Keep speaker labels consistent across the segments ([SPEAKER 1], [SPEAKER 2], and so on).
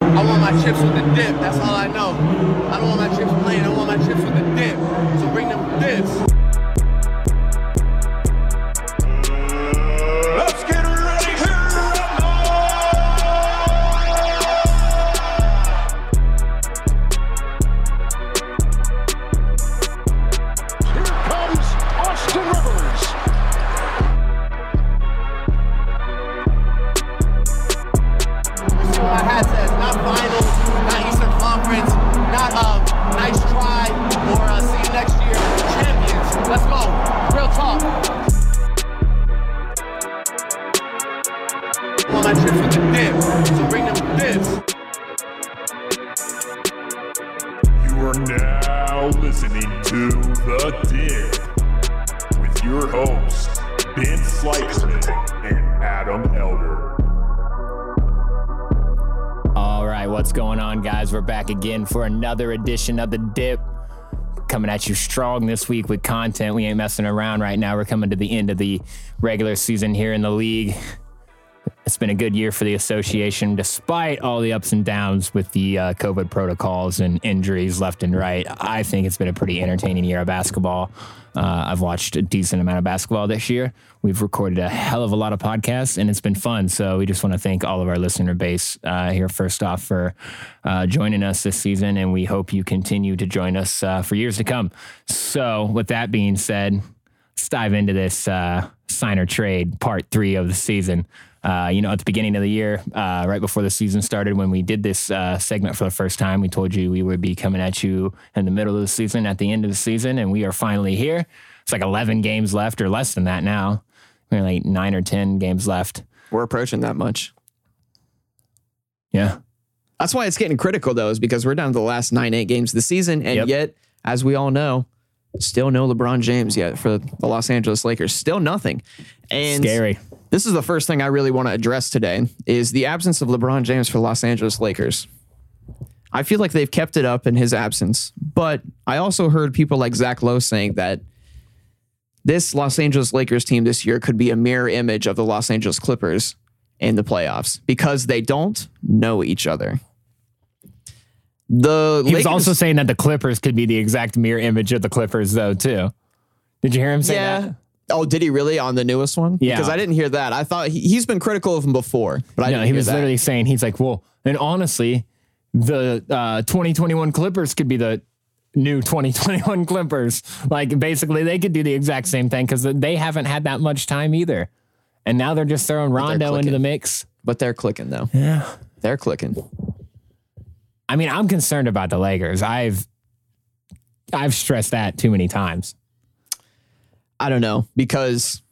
[SPEAKER 1] I want my chips with the dip. That's all I know. I don't want my chips plain. I want my chips with the dip. So bring them dips.
[SPEAKER 2] Let's get ready here and now. Here comes Austin Rivers.
[SPEAKER 1] You see what my hat says. Not finals, not Eastern Conference, not um, nice try, or uh, see you next year. Champions. Let's go. Real talk. I want my chips with the dip. So bring them dips.
[SPEAKER 3] You are now listening to The Dip with your hosts, Ben Slightman and Adam Elder.
[SPEAKER 4] All right, what's going on, guys? We're back again for another edition of The Dip. Coming at you strong this week with content. We ain't messing around right now. We're coming to the end of the regular season here in the league. It's been a good year for the association, despite all the ups and downs with the uh, COVID protocols and injuries left and right. I think it's been a pretty entertaining year of basketball. Uh, I've watched a decent amount of basketball this year. We've recorded a hell of a lot of podcasts, and it's been fun. So we just want to thank all of our listener base uh, here first off for uh, joining us this season, and we hope you continue to join us uh, for years to come. So with that being said, let's dive into this uh, sign or trade part three of the season. Uh, you know, at the beginning of the year, uh, right before the season started, when we did this uh, segment for the first time, we told you we would be coming at you in the middle of the season, at the end of the season, and we are finally here. It's like 11 games left or less than that now. We're like nine or 10 games left.
[SPEAKER 5] We're approaching that much.
[SPEAKER 4] Yeah.
[SPEAKER 5] That's why it's getting critical though, is because we're down to the last nine, eight games of the season. And
[SPEAKER 4] Yep.
[SPEAKER 5] yet, as we all know, still no LeBron James yet for the Los Angeles Lakers. Still nothing. And
[SPEAKER 4] Scary.
[SPEAKER 5] this is the first thing I really want to address today is the absence of LeBron James for Los Angeles Lakers. I feel like they've kept it up in his absence, but I also heard people like Zach Lowe saying that this Los Angeles Lakers team this year could be a mirror image of the Los Angeles Clippers in the playoffs because they don't know each other. The
[SPEAKER 4] He
[SPEAKER 5] Lakers,
[SPEAKER 4] was also saying that the Clippers could be the exact mirror image of the Clippers, though, too. Did you hear him say
[SPEAKER 5] yeah.
[SPEAKER 4] that?
[SPEAKER 5] Oh, did he really on the newest one?
[SPEAKER 4] Yeah.
[SPEAKER 5] because I didn't hear that. I thought he, he's been critical of him before, but I
[SPEAKER 4] No,
[SPEAKER 5] didn't
[SPEAKER 4] he
[SPEAKER 5] hear
[SPEAKER 4] was
[SPEAKER 5] that.
[SPEAKER 4] literally saying he's like, well, and honestly, the uh, 2021 Clippers could be the new 2021 Clippers. Like basically, they could do the exact same thing because they haven't had that much time either, and now they're just throwing Rondo into
[SPEAKER 5] clicking.
[SPEAKER 4] the mix.
[SPEAKER 5] but they're clicking though.
[SPEAKER 4] Yeah.
[SPEAKER 5] They're clicking.
[SPEAKER 4] I mean, I'm concerned about the Lakers. I've I've stressed that too many times.
[SPEAKER 5] I don't know because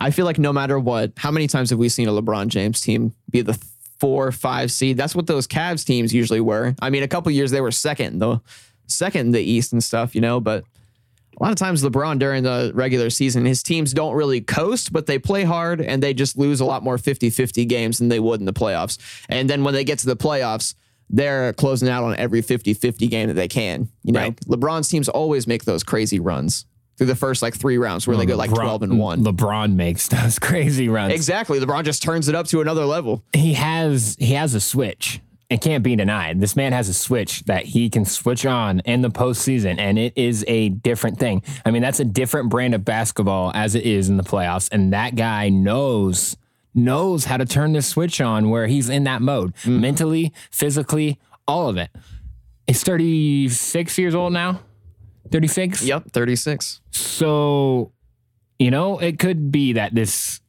[SPEAKER 5] I feel like no matter what, how many times have we seen a LeBron James team be the four or five seed? That's what those Cavs teams usually were. I mean, a couple years they were second though, second in the East and stuff, you know. But a lot of times LeBron during the regular season, his teams don't really coast, but they play hard and they just lose a lot more 50-50 games than they would in the playoffs. And then when they get to the playoffs. They're closing out on every 50-50 game that they can. You know,
[SPEAKER 4] Right.
[SPEAKER 5] LeBron's teams always make those crazy runs through the first like three rounds where they go like 12 and 1.
[SPEAKER 4] LeBron makes those crazy runs.
[SPEAKER 5] exactly. LeBron just turns it up to another level.
[SPEAKER 4] he has he has a switch. It can't be denied. This man has a switch that he can switch on in the postseason, and it is a different thing. I mean, that's a different brand of basketball as it is in the playoffs, and that guy knows knows how to turn this switch on where he's in that mode
[SPEAKER 5] Mm.
[SPEAKER 4] mentally, physically, all of it. He's thirty six years old now. Thirty six.
[SPEAKER 5] Yep, 36.
[SPEAKER 4] So, you know, it could be that this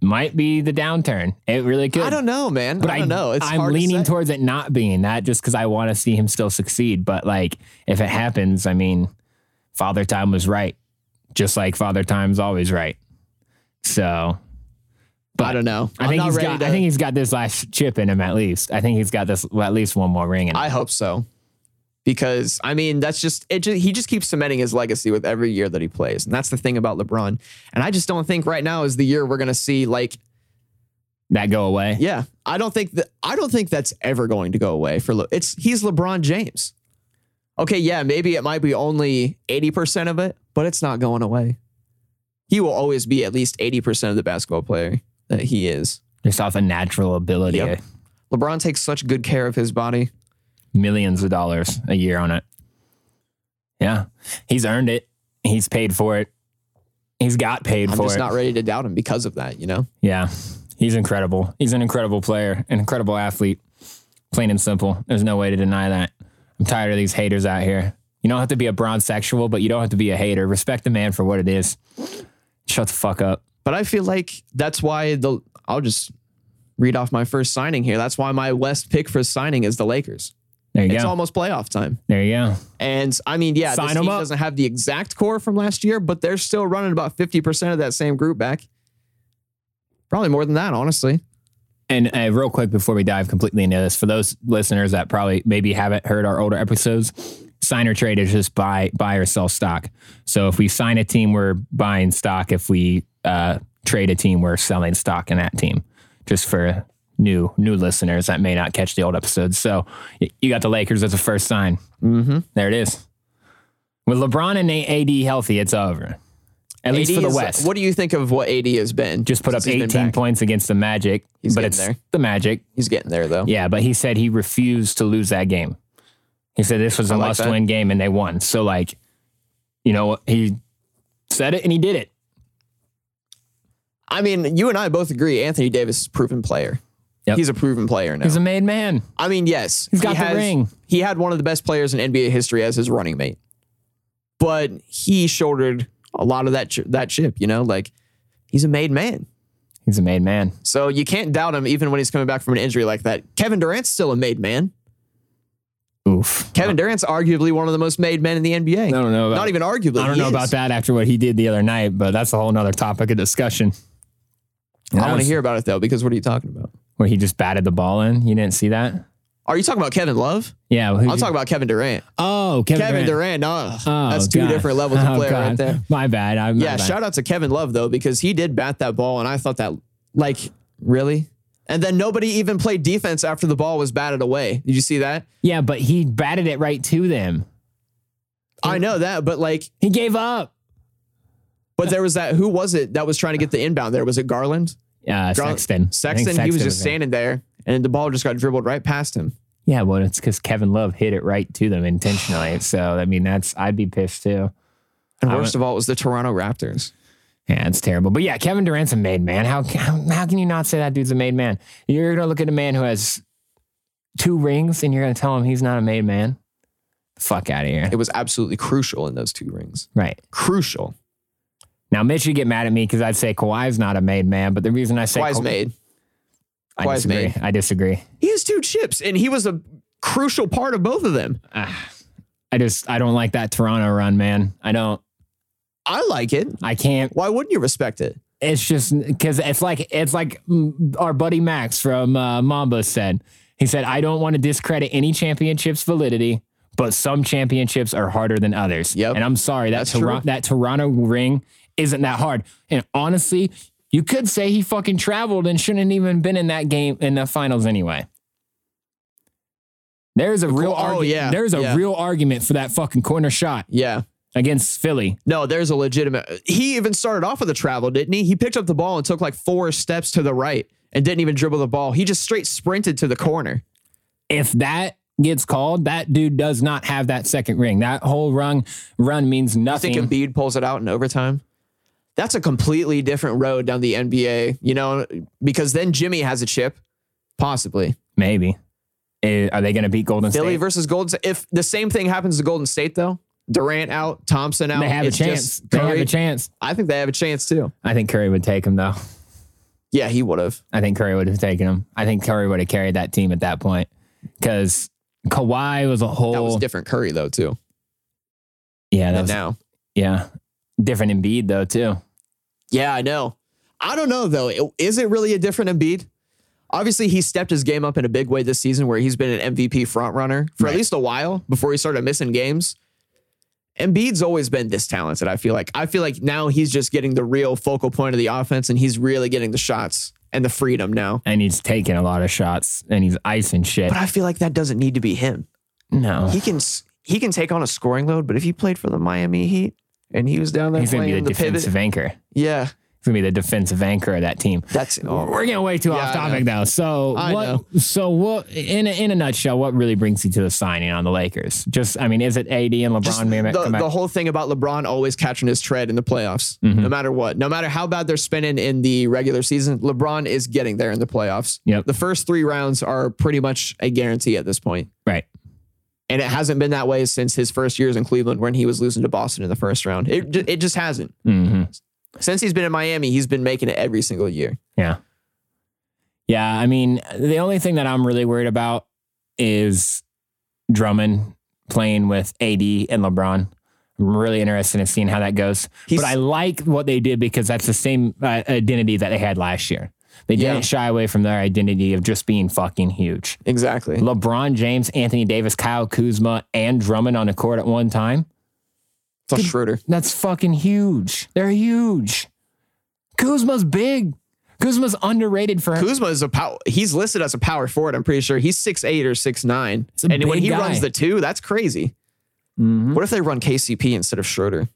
[SPEAKER 4] might be the downturn. It really could.
[SPEAKER 5] I don't know, man. I don't know. It's
[SPEAKER 4] I'm
[SPEAKER 5] hard to
[SPEAKER 4] leaning
[SPEAKER 5] say.
[SPEAKER 4] towards it not being that just because I want to see him still succeed. But like, if it happens, I mean, Father Time was right, just like Father Time's always right. So
[SPEAKER 5] I don't know.
[SPEAKER 4] I
[SPEAKER 5] I'm
[SPEAKER 4] think
[SPEAKER 5] not
[SPEAKER 4] he's
[SPEAKER 5] ready
[SPEAKER 4] got.
[SPEAKER 5] to-
[SPEAKER 4] I think he's got this last chip in him at least. I think he's got this well, at least one more ring in him.
[SPEAKER 5] I hope so. Because I mean, that's just it. Just, he just keeps cementing his legacy with every year that he plays, and that's the thing about LeBron. And I just don't think right now is the year we're gonna see like,
[SPEAKER 4] that go away.
[SPEAKER 5] yeah, I don't think that I don't think that's ever going to go away for. Le- it's he's LeBron James. Okay, yeah, maybe it might be only eighty percent of it, but it's not going away. He will always be at least eighty percent of the basketball player that he is.
[SPEAKER 4] Just off a natural ability. uh,
[SPEAKER 5] Yep. LeBron takes such good care of his body.
[SPEAKER 4] millions of dollars a year on it. Yeah, he's earned it. He's paid for it. He's got paid
[SPEAKER 5] I'm
[SPEAKER 4] for
[SPEAKER 5] just
[SPEAKER 4] it.
[SPEAKER 5] not ready to doubt him because of that, you know?
[SPEAKER 4] yeah, he's incredible. He's an incredible player, an incredible athlete. Plain and simple. There's no way to deny that. I'm tired of these haters out here. You don't have to be a bronze sexual, but you don't have to be a hater. Respect the man for what it is. Shut the fuck up.
[SPEAKER 5] But I feel like that's why the I'll just read off my first signing here. That's why my West pick for signing is the Lakers.
[SPEAKER 4] There you
[SPEAKER 5] It's
[SPEAKER 4] go.
[SPEAKER 5] almost playoff time.
[SPEAKER 4] there you go.
[SPEAKER 5] And I mean, yeah,
[SPEAKER 4] Sign
[SPEAKER 5] this
[SPEAKER 4] 'em
[SPEAKER 5] team
[SPEAKER 4] up.
[SPEAKER 5] doesn't have the exact core from last year, but they're still running about 50% of that same group back. Probably more than that, honestly.
[SPEAKER 4] And uh, real quick before we dive completely into this, for those listeners that probably maybe haven't heard our older episodes, sign or trade is just buy buy or sell stock. So if we sign a team, we're buying stock. If we uh, trade a team, we're selling stock in that team. Just for new new listeners that may not catch the old episodes. So y- you got the Lakers as a first sign.
[SPEAKER 5] Mm-hmm.
[SPEAKER 4] There it is. With LeBron and AD healthy, it's over. At least for the West
[SPEAKER 5] uh, What do you think of what AD has been?
[SPEAKER 4] just put up
[SPEAKER 5] since he's been
[SPEAKER 4] 18
[SPEAKER 5] back?
[SPEAKER 4] points against the Magic,
[SPEAKER 5] He's
[SPEAKER 4] but
[SPEAKER 5] getting
[SPEAKER 4] it's
[SPEAKER 5] there.
[SPEAKER 4] the Magic.
[SPEAKER 5] He's getting there, though.
[SPEAKER 4] Yeah, but he said he refused to lose that game. He said this was a
[SPEAKER 5] I like
[SPEAKER 4] must win game and they won. So, like, you know, he said it and he did it.
[SPEAKER 5] I mean, you and I both agree Anthony Davis is a proven player.
[SPEAKER 4] Yep.
[SPEAKER 5] He's a proven player now.
[SPEAKER 4] He's a made man.
[SPEAKER 5] I mean, yes,
[SPEAKER 4] He's got the ring.
[SPEAKER 5] He had one of the best players in NBA history as his running mate, but he shouldered a lot of that ch- that chip. You know, like he's a made man,
[SPEAKER 4] He's a made man.
[SPEAKER 5] so you can't doubt him even when he's coming back from an injury like that. Kevin Durant's still a made man.
[SPEAKER 4] Oof.
[SPEAKER 5] Kevin Durant's arguably one of the most made men in the NBA.
[SPEAKER 4] Uh-huh. I don't know about
[SPEAKER 5] Not even arguably.
[SPEAKER 4] I don't
[SPEAKER 5] he
[SPEAKER 4] know
[SPEAKER 5] is.
[SPEAKER 4] about that after what he did the other night, but that's a whole nother topic of discussion.
[SPEAKER 5] I want to hear about it though, because what are you talking about?
[SPEAKER 4] where he just batted the ball in. You didn't see that?
[SPEAKER 5] Are you talking about Kevin Love?
[SPEAKER 4] Yeah. who-
[SPEAKER 5] I'm talking about Kevin Durant.
[SPEAKER 4] Oh, Kevin,
[SPEAKER 5] Kevin
[SPEAKER 4] Durant.
[SPEAKER 5] Durant, no,
[SPEAKER 4] Oh,
[SPEAKER 5] that's two
[SPEAKER 4] God.
[SPEAKER 5] different levels of
[SPEAKER 4] Oh,
[SPEAKER 5] player right
[SPEAKER 4] God.
[SPEAKER 5] there.
[SPEAKER 4] My bad. I'm
[SPEAKER 5] Yeah, shout out to Kevin Love though because he did bat that ball, and I thought that like really. And then nobody even played defense after the ball was batted away. Did you see that?
[SPEAKER 4] Yeah, but he batted it right to them.
[SPEAKER 5] I know that, but like,
[SPEAKER 4] He gave up.
[SPEAKER 5] but there was that. Who was it that was trying to get the inbound? There was it Garland,
[SPEAKER 4] Uh,
[SPEAKER 5] Gar-
[SPEAKER 4] Sexton. I think
[SPEAKER 5] Sexton. He was just
[SPEAKER 4] was in.
[SPEAKER 5] standing there, and the ball just got dribbled right past him.
[SPEAKER 4] Yeah, well, it's because Kevin Love hit it right to them intentionally. So I mean, that's I'd be pissed too.
[SPEAKER 5] And
[SPEAKER 4] I
[SPEAKER 5] worst of all, it was the Toronto Raptors.
[SPEAKER 4] Yeah, it's terrible. But yeah, Kevin Durant's a made man. How how, how can you not say that dude's a made man? You're gonna look at a man who has two rings and you're gonna tell him he's not a made man. Fuck out of here.
[SPEAKER 5] It was absolutely crucial in those two rings.
[SPEAKER 4] Right.
[SPEAKER 5] Crucial.
[SPEAKER 4] Now, Mitch, you get mad at me because I'd say Kawhi's not a made man, but the reason I say
[SPEAKER 5] Kawhi's
[SPEAKER 4] Ka-
[SPEAKER 5] made.
[SPEAKER 4] I
[SPEAKER 5] Kawhi's
[SPEAKER 4] disagree.
[SPEAKER 5] made.
[SPEAKER 4] I disagree.
[SPEAKER 5] He has two chips, and he was a crucial part of both of them.
[SPEAKER 4] Ah, I just I don't like that Toronto run, man. I don't.
[SPEAKER 5] I like it.
[SPEAKER 4] I can't.
[SPEAKER 5] Why wouldn't you respect it?
[SPEAKER 4] it's just because it's like it's like mm, our buddy Max from uh, Mamba said. He said, "I don't want to discredit any championship's validity, but some championships are harder than others."
[SPEAKER 5] Yep.
[SPEAKER 4] And I'm sorry that
[SPEAKER 5] That's
[SPEAKER 4] Toronto
[SPEAKER 5] true.
[SPEAKER 4] that Toronto ring isn't that hard. And honestly, you could say he fucking traveled and shouldn't even been in that game in the finals anyway. There's a real
[SPEAKER 5] oh,
[SPEAKER 4] argument.
[SPEAKER 5] yeah,
[SPEAKER 4] There's a
[SPEAKER 5] yeah.
[SPEAKER 4] real argument for that fucking corner shot
[SPEAKER 5] Yeah.
[SPEAKER 4] against Philly.
[SPEAKER 5] No, there's a legitimate. He even started off with a travel, didn't he? He picked up the ball and took like four steps to the right and didn't even dribble the ball. He just straight sprinted to the corner.
[SPEAKER 4] if that gets called, that dude does not have that second ring. That whole run run means
[SPEAKER 5] I
[SPEAKER 4] nothing.
[SPEAKER 5] think Embiid pulls it out in overtime. That's a completely different road down the NBA, you know, because then Jimmy has a chip, possibly.
[SPEAKER 4] Maybe. Eh, are they going to beat Golden
[SPEAKER 5] Philly
[SPEAKER 4] State?
[SPEAKER 5] versus Golden State. If the same thing happens to Golden State, though, Durant out, Thompson out.
[SPEAKER 4] They have a
[SPEAKER 5] it's just
[SPEAKER 4] chance. They have
[SPEAKER 5] Curry.
[SPEAKER 4] a chance.
[SPEAKER 5] I think they have a chance too.
[SPEAKER 4] I think Curry would take him though.
[SPEAKER 5] Yeah, he would have.
[SPEAKER 4] I think Curry would have taken him. I think Curry would have carried that team at that point because Kawhi was a
[SPEAKER 5] That was
[SPEAKER 4] whole.
[SPEAKER 5] different Curry, though, too.
[SPEAKER 4] yeah, that
[SPEAKER 5] than
[SPEAKER 4] was,
[SPEAKER 5] now.
[SPEAKER 4] yeah, different Embiid though too.
[SPEAKER 5] Yeah, I know. I don't know though. It- Is it really a different Embiid? Obviously, he stepped his game up in a big way this season, where he's been an MVP frontrunner for at
[SPEAKER 4] Right.
[SPEAKER 5] least a while before he started missing games. Embiid's always been this talented. I feel like I feel like now he's just getting the real focal point of the offense, and he's really getting the shots and the freedom now.
[SPEAKER 4] And he's taking a lot of shots and he's icing shit.
[SPEAKER 5] But I feel like that doesn't need to be him.
[SPEAKER 4] no,
[SPEAKER 5] He can s- he can take on a scoring load, but if he played for the Miami Heat and he was down there
[SPEAKER 4] he's going to
[SPEAKER 5] playing
[SPEAKER 4] be the
[SPEAKER 5] the pivot,
[SPEAKER 4] defensive anchor.
[SPEAKER 5] yeah,
[SPEAKER 4] He's gonna be the defensive anchor of that team.
[SPEAKER 5] That's oh,
[SPEAKER 4] We're getting way too
[SPEAKER 5] I
[SPEAKER 4] off topic
[SPEAKER 5] know.
[SPEAKER 4] now. So
[SPEAKER 5] I
[SPEAKER 4] what?
[SPEAKER 5] know.
[SPEAKER 4] So what? In a, in a nutshell, what really brings you to the signing on the Lakers? Just, I mean, is it AD and LeBron?
[SPEAKER 5] just
[SPEAKER 4] may
[SPEAKER 5] the,
[SPEAKER 4] come back? Mm-hmm.
[SPEAKER 5] the whole thing about LeBron always catching his tread in the playoffs, no matter what, no matter how bad they're spinning in the regular season, LeBron is getting there in the playoffs.
[SPEAKER 4] Yep.
[SPEAKER 5] The first three rounds are pretty much a guarantee at this point.
[SPEAKER 4] right.
[SPEAKER 5] And it hasn't been that way since his first years in Cleveland when he was losing to Boston in the first round. It, ju- it just hasn't.
[SPEAKER 4] hmm
[SPEAKER 5] Since he's been in Miami, he's been making it every single year.
[SPEAKER 4] Yeah. Yeah. I mean, the only thing that I'm really worried about is Drummond playing with AD and LeBron. I'm really interested in seeing how that goes.
[SPEAKER 5] He's-
[SPEAKER 4] but I like what they did because that's the same uh, identity that they had last year. They
[SPEAKER 5] Yeah.
[SPEAKER 4] didn't shy away from their identity of just being fucking huge.
[SPEAKER 5] Exactly.
[SPEAKER 4] LeBron James, Anthony Davis, Kyle Kuzma, and Drummond on the court at one time.
[SPEAKER 5] Plus Schroeder.
[SPEAKER 4] That's fucking huge. They're huge. Kuzma's big. Kuzma's underrated for
[SPEAKER 5] Kuzma is a power. He's listed as a power forward. I'm pretty sure he's six eight or six nine.
[SPEAKER 4] a
[SPEAKER 5] And when
[SPEAKER 4] big
[SPEAKER 5] he
[SPEAKER 4] guy. Mm-hmm.
[SPEAKER 5] runs the two, that's crazy. What if they run KCP instead of Schroeder?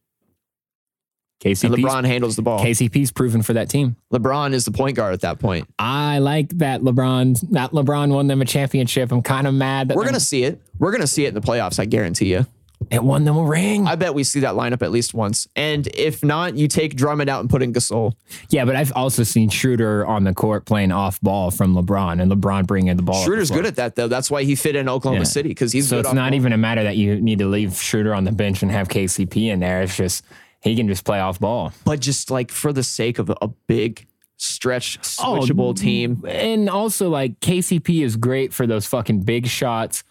[SPEAKER 5] And
[SPEAKER 4] KCP's,
[SPEAKER 5] LeBron handles the ball.
[SPEAKER 4] KCP's proven for that team.
[SPEAKER 5] LeBron is the point guard at that point.
[SPEAKER 4] I like that LeBron. That LeBron won them a championship. I'm kind of mad that
[SPEAKER 5] We're
[SPEAKER 4] they're-
[SPEAKER 5] gonna see it. We're gonna see it in the playoffs. I guarantee you.
[SPEAKER 4] it won them a ring.
[SPEAKER 5] I bet we see that lineup at least once. And if not, you take Drummond out and put in Gasol.
[SPEAKER 4] yeah, but I've also seen Schroeder on the court playing off ball from LeBron, and LeBron bringing the ball. up the
[SPEAKER 5] Schroeder's
[SPEAKER 4] floor.
[SPEAKER 5] good at that though. That's why he fit in Oklahoma
[SPEAKER 4] Oh, Yeah.
[SPEAKER 5] City because he's
[SPEAKER 4] So
[SPEAKER 5] good
[SPEAKER 4] it's
[SPEAKER 5] off
[SPEAKER 4] not
[SPEAKER 5] ball.
[SPEAKER 4] even a matter that you need to leave Schroeder on the bench and have KCP in there. It's just he can just play off ball.
[SPEAKER 5] But just like for the sake of a big stretch
[SPEAKER 4] Oh,
[SPEAKER 5] switchable team,
[SPEAKER 4] and also like KCP is great for those fucking big shots.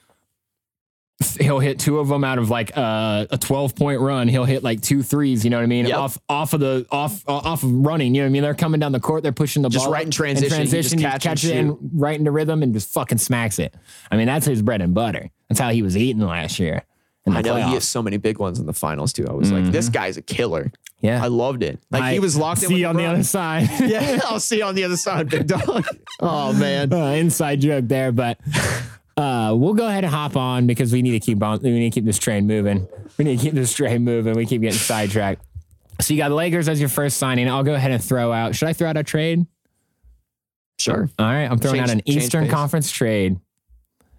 [SPEAKER 4] He'll hit two of them out of like uh, a twelve point run. He'll hit like two threes. You know what I mean?
[SPEAKER 5] Yep.
[SPEAKER 4] Off off of the off uh, off of running. You know what I mean? They're coming down the court. They're pushing the
[SPEAKER 5] Just
[SPEAKER 4] ball
[SPEAKER 5] right in
[SPEAKER 4] up,
[SPEAKER 5] transition, you just
[SPEAKER 4] transition,
[SPEAKER 5] catch and
[SPEAKER 4] it and right into rhythm and just fucking smacks it. I mean that's his bread and butter. That's how he was eating last year. In the
[SPEAKER 5] I know he
[SPEAKER 4] playoffs. Mm-hmm.
[SPEAKER 5] has so many big ones in the finals too. I was like, this guy's a killer.
[SPEAKER 4] Yeah.
[SPEAKER 5] I loved it. Like
[SPEAKER 4] I
[SPEAKER 5] he was locked in.
[SPEAKER 4] See
[SPEAKER 5] with
[SPEAKER 4] you on the
[SPEAKER 5] LeBron.
[SPEAKER 4] other side.
[SPEAKER 5] Yeah, I'll see you on the other side, big dog. oh man.
[SPEAKER 4] uh, inside joke there, but uh, we'll go ahead and hop on because we need to keep on. We need to keep this train moving. We need to keep this train moving. We keep getting sidetracked. So you got Lakers as your first signing. I'll go ahead and throw out. Should I throw out a trade?
[SPEAKER 5] Sure.
[SPEAKER 4] All right, I'm throwing
[SPEAKER 5] Change-
[SPEAKER 4] out an
[SPEAKER 5] change
[SPEAKER 4] Eastern
[SPEAKER 5] pace.
[SPEAKER 4] Conference trade.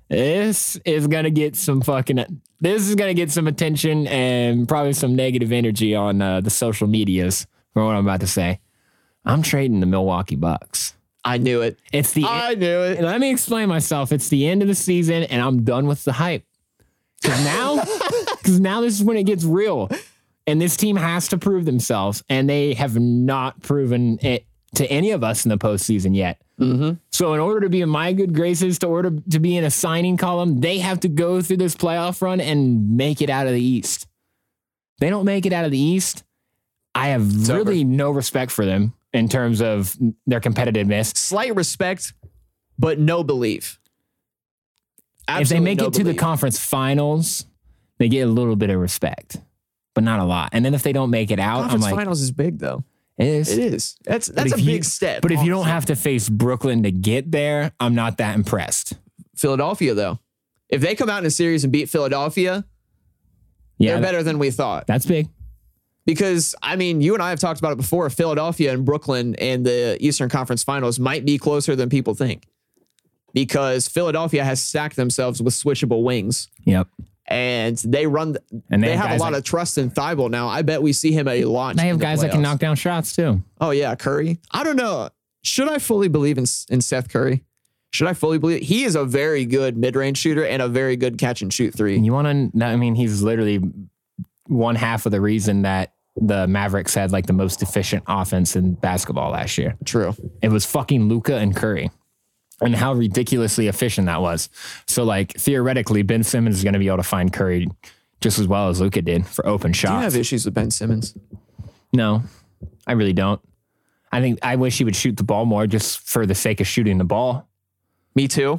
[SPEAKER 4] This is gonna get some fucking. This is gonna get some attention and probably some negative energy on uh, the social medias for what I'm about to say. I'm trading the Milwaukee Bucks.
[SPEAKER 5] I knew it.
[SPEAKER 4] It's the
[SPEAKER 5] I knew it.
[SPEAKER 4] and let me explain myself. It's the end of the season, and I'm done with the hype. Because now, because now this is when it gets real, and this team has to prove themselves, and they have not proven it to any of us in the postseason yet. So, in order to be in my good graces, to order to be in a signing column, they have to go through this playoff run and make it out of the East. They don't make it out of the East. I have really no respect for them in terms of their competitiveness.
[SPEAKER 5] Slight respect, but no belief.
[SPEAKER 4] if
[SPEAKER 5] Absolutely
[SPEAKER 4] they make
[SPEAKER 5] no
[SPEAKER 4] it to
[SPEAKER 5] belief.
[SPEAKER 4] the conference finals, they get a little bit of respect, but not a lot. And then if they don't make it out,
[SPEAKER 5] conference
[SPEAKER 4] I'm like,
[SPEAKER 5] finals is big though.
[SPEAKER 4] it is.
[SPEAKER 5] It is. That's
[SPEAKER 4] But
[SPEAKER 5] that's a
[SPEAKER 4] if you-
[SPEAKER 5] big step.
[SPEAKER 4] But if you don't have to face Brooklyn to get there, I'm not that impressed.
[SPEAKER 5] Philadelphia though, if they come out in a series and beat Philadelphia,
[SPEAKER 4] Yeah,
[SPEAKER 5] they're
[SPEAKER 4] that-
[SPEAKER 5] better than we thought.
[SPEAKER 4] that's big.
[SPEAKER 5] Because I mean, you and I have talked about it before. Philadelphia and Brooklyn and the Eastern Conference Finals might be closer than people think, because Philadelphia has stacked themselves with switchable wings,
[SPEAKER 4] Yep.
[SPEAKER 5] and they run.
[SPEAKER 4] And
[SPEAKER 5] And
[SPEAKER 4] they
[SPEAKER 5] they,
[SPEAKER 4] have
[SPEAKER 5] have,
[SPEAKER 4] guys
[SPEAKER 5] a lot
[SPEAKER 4] like-
[SPEAKER 5] of trust in Thibault now. I bet we see him a lot.
[SPEAKER 4] They
[SPEAKER 5] in
[SPEAKER 4] have
[SPEAKER 5] the
[SPEAKER 4] guys that can
[SPEAKER 5] playoffs.
[SPEAKER 4] knock down shots too.
[SPEAKER 5] Oh yeah, Curry. I don't know. Should I fully believe in in Seth Curry? Should I fully believe he is a very good mid range shooter and a very good catch and shoot three?
[SPEAKER 4] And you want to? I mean, he's literally one half of the reason that the Mavericks had like the most efficient offense in basketball last year.
[SPEAKER 5] True.
[SPEAKER 4] It was fucking Luca and Curry. And how ridiculously efficient that was. So like theoretically, Ben Simmons is gonna be able to find Curry just as well as Luca did for open
[SPEAKER 5] Do you
[SPEAKER 4] shots.
[SPEAKER 5] have issues with Ben Simmons?
[SPEAKER 4] no, I really don't. I think I wish he would shoot the ball more just for the sake of shooting the ball.
[SPEAKER 5] Me too.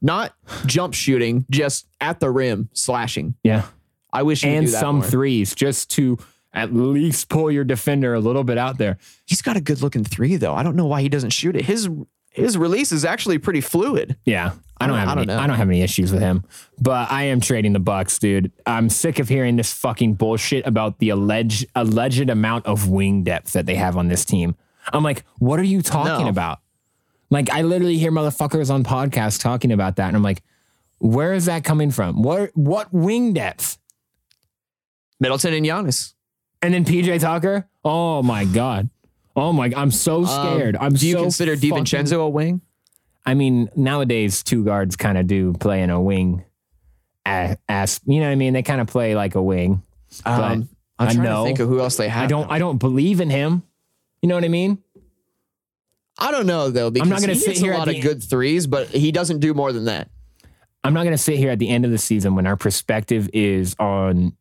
[SPEAKER 5] Not jump shooting, just at the rim slashing.
[SPEAKER 4] Yeah.
[SPEAKER 5] I wish he would
[SPEAKER 4] And
[SPEAKER 5] do that
[SPEAKER 4] some
[SPEAKER 5] more.
[SPEAKER 4] threes just to at least pull your defender a little bit out there.
[SPEAKER 5] He's got a good looking three though. I don't know why he doesn't shoot it. His his release is actually pretty fluid.
[SPEAKER 4] Yeah. I don't
[SPEAKER 5] I
[SPEAKER 4] have
[SPEAKER 5] don't
[SPEAKER 4] any,
[SPEAKER 5] know.
[SPEAKER 4] I don't have any issues with him, but I am trading the Bucks, dude. I'm sick of hearing this fucking bullshit about the alleged alleged amount of wing depth that they have on this team. I'm like, what are you talking
[SPEAKER 5] No.
[SPEAKER 4] about? Like, I literally hear motherfuckers on podcasts talking about that, and I'm like, where is that coming from? What what wing depth?
[SPEAKER 5] Middleton and Giannis.
[SPEAKER 4] And then PJ Tucker. Oh my god. Oh my! I'm so
[SPEAKER 5] Um,
[SPEAKER 4] scared. I'm
[SPEAKER 5] Do you
[SPEAKER 4] so
[SPEAKER 5] consider
[SPEAKER 4] fucking-
[SPEAKER 5] Divincenzo a wing?
[SPEAKER 4] I mean, nowadays two guards kind of do play in a wing. a- As you know, what I mean, they kind of play like a wing.
[SPEAKER 5] Um, I'm
[SPEAKER 4] I
[SPEAKER 5] trying
[SPEAKER 4] know.
[SPEAKER 5] to think of who else they have.
[SPEAKER 4] I don't. I don't believe in him. You know what I mean?
[SPEAKER 5] I don't know though. Because
[SPEAKER 4] not gonna
[SPEAKER 5] he
[SPEAKER 4] sit
[SPEAKER 5] hits
[SPEAKER 4] here
[SPEAKER 5] a
[SPEAKER 4] at
[SPEAKER 5] lot
[SPEAKER 4] the-
[SPEAKER 5] of good threes, but he doesn't do more than that.
[SPEAKER 4] I'm not going to sit here at the end of the season when our perspective is on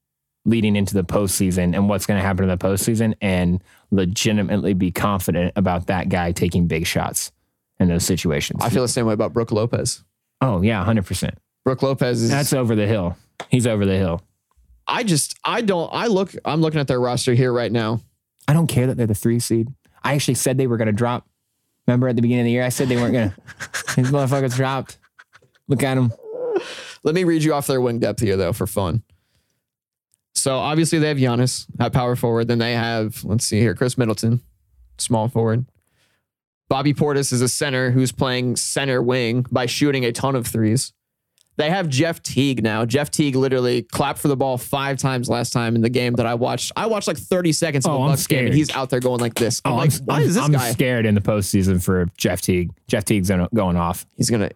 [SPEAKER 4] leading into the postseason and what's going to happen in the postseason, and legitimately be confident about that guy taking big shots in those situations.
[SPEAKER 5] I feel the same way about Brooke Lopez.
[SPEAKER 4] oh yeah, hundred percent.
[SPEAKER 5] Brooke Lopez is.
[SPEAKER 4] That's over the hill. He's over the hill.
[SPEAKER 5] I just. I don't. I look. I'm looking at their roster here right now.
[SPEAKER 4] I don't care that they're the three seed. I actually said they were going to drop. Remember at the beginning of the year, I said they weren't going to. These motherfuckers dropped. Look at them.
[SPEAKER 5] Let me read you off their wing depth here, though, for fun. So obviously they have Giannis at power forward. Then they have, let's see here, Chris Middleton, small forward. Bobby Portis is a center who's playing center wing by shooting a ton of threes. They have Jeff Teague now. Jeff Teague literally clapped for the ball five times last time in the game that I watched. I watched like 30 seconds of
[SPEAKER 4] Oh,
[SPEAKER 5] a
[SPEAKER 4] I'm
[SPEAKER 5] Bucks game,
[SPEAKER 4] scared.
[SPEAKER 5] and he's out there going like this. I'm
[SPEAKER 4] Oh,
[SPEAKER 5] like,
[SPEAKER 4] I'm,
[SPEAKER 5] why is this
[SPEAKER 4] I'm
[SPEAKER 5] guy?
[SPEAKER 4] scared in the postseason for Jeff Teague. Jeff Teague's gonna- going off.
[SPEAKER 5] He's gonna.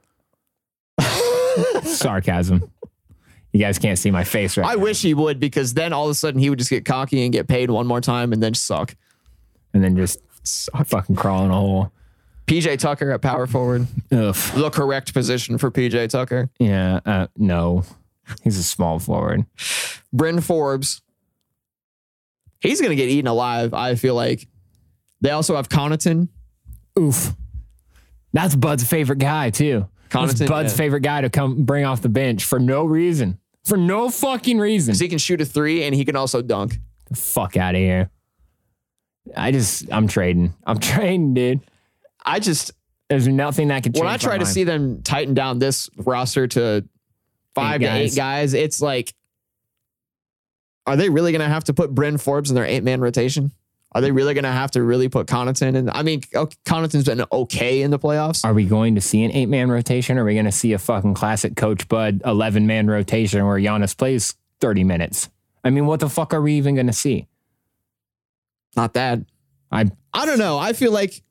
[SPEAKER 4] Sarcasm. You guys can't see my face right.
[SPEAKER 5] I
[SPEAKER 4] now.
[SPEAKER 5] wish he would because then all of a sudden he would just get cocky and get paid one more time and then suck.
[SPEAKER 4] And then just
[SPEAKER 5] Suck.
[SPEAKER 4] fucking crawl in a hole.
[SPEAKER 5] PJ Tucker at power forward.
[SPEAKER 4] Ugh.
[SPEAKER 5] The correct position for PJ Tucker.
[SPEAKER 4] Yeah. Uh, no. He's a small forward.
[SPEAKER 5] Bryn Forbes. He's going to get eaten alive, I feel like. They also have Connaughton.
[SPEAKER 4] Oof. That's Bud's favorite guy too. That's
[SPEAKER 5] Connaughton,
[SPEAKER 4] Bud's
[SPEAKER 5] yeah.
[SPEAKER 4] favorite guy to come bring off the bench for no reason. For no fucking reason.
[SPEAKER 5] 'cause He can shoot a three and he can also dunk.
[SPEAKER 4] Fuck out of here. I just I'm trading. I'm trading, dude.
[SPEAKER 5] I just,
[SPEAKER 4] There's nothing that can change.
[SPEAKER 5] when I
[SPEAKER 4] my
[SPEAKER 5] try to
[SPEAKER 4] mind.
[SPEAKER 5] see them tighten down this roster to five
[SPEAKER 4] Eight
[SPEAKER 5] to
[SPEAKER 4] guys.
[SPEAKER 5] eight guys, it's like, are they really going to have to put Bryn Forbes in their eight man rotation? Are they really going to have to really put Connaughton in? I mean, oh, Connaughton's been okay in the playoffs.
[SPEAKER 4] Are we going to see an eight man rotation? Or are we going to see a fucking classic Coach Bud 11 man rotation where Giannis plays 30 minutes? I mean, what the fuck are we even going to see?
[SPEAKER 5] Not that.
[SPEAKER 4] I
[SPEAKER 5] I don't know. I feel like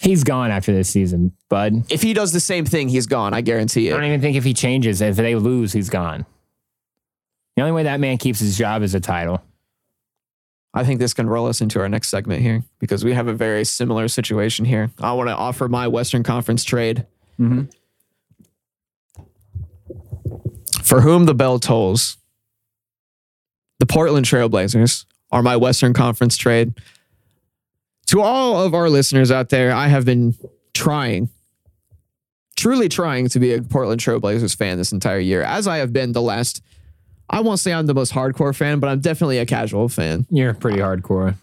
[SPEAKER 4] He's gone after this season, Bud.
[SPEAKER 5] if he does the same thing, he's gone. I guarantee
[SPEAKER 4] I don't
[SPEAKER 5] it.
[SPEAKER 4] even think if he changes, if they lose, he's gone. The only way that man keeps his job is a title.
[SPEAKER 5] I think this can roll us into our next segment here because we have a very similar situation here. I want to offer my Western Conference trade. For whom the bell tolls, the Portland Trailblazers are my Western Conference trade. To all of our listeners out there, I have been trying, truly trying to be a Portland Trailblazers fan this entire year, as I have been the last. I won't say I'm the most hardcore fan, but I'm definitely a casual fan.
[SPEAKER 4] You're pretty hardcore.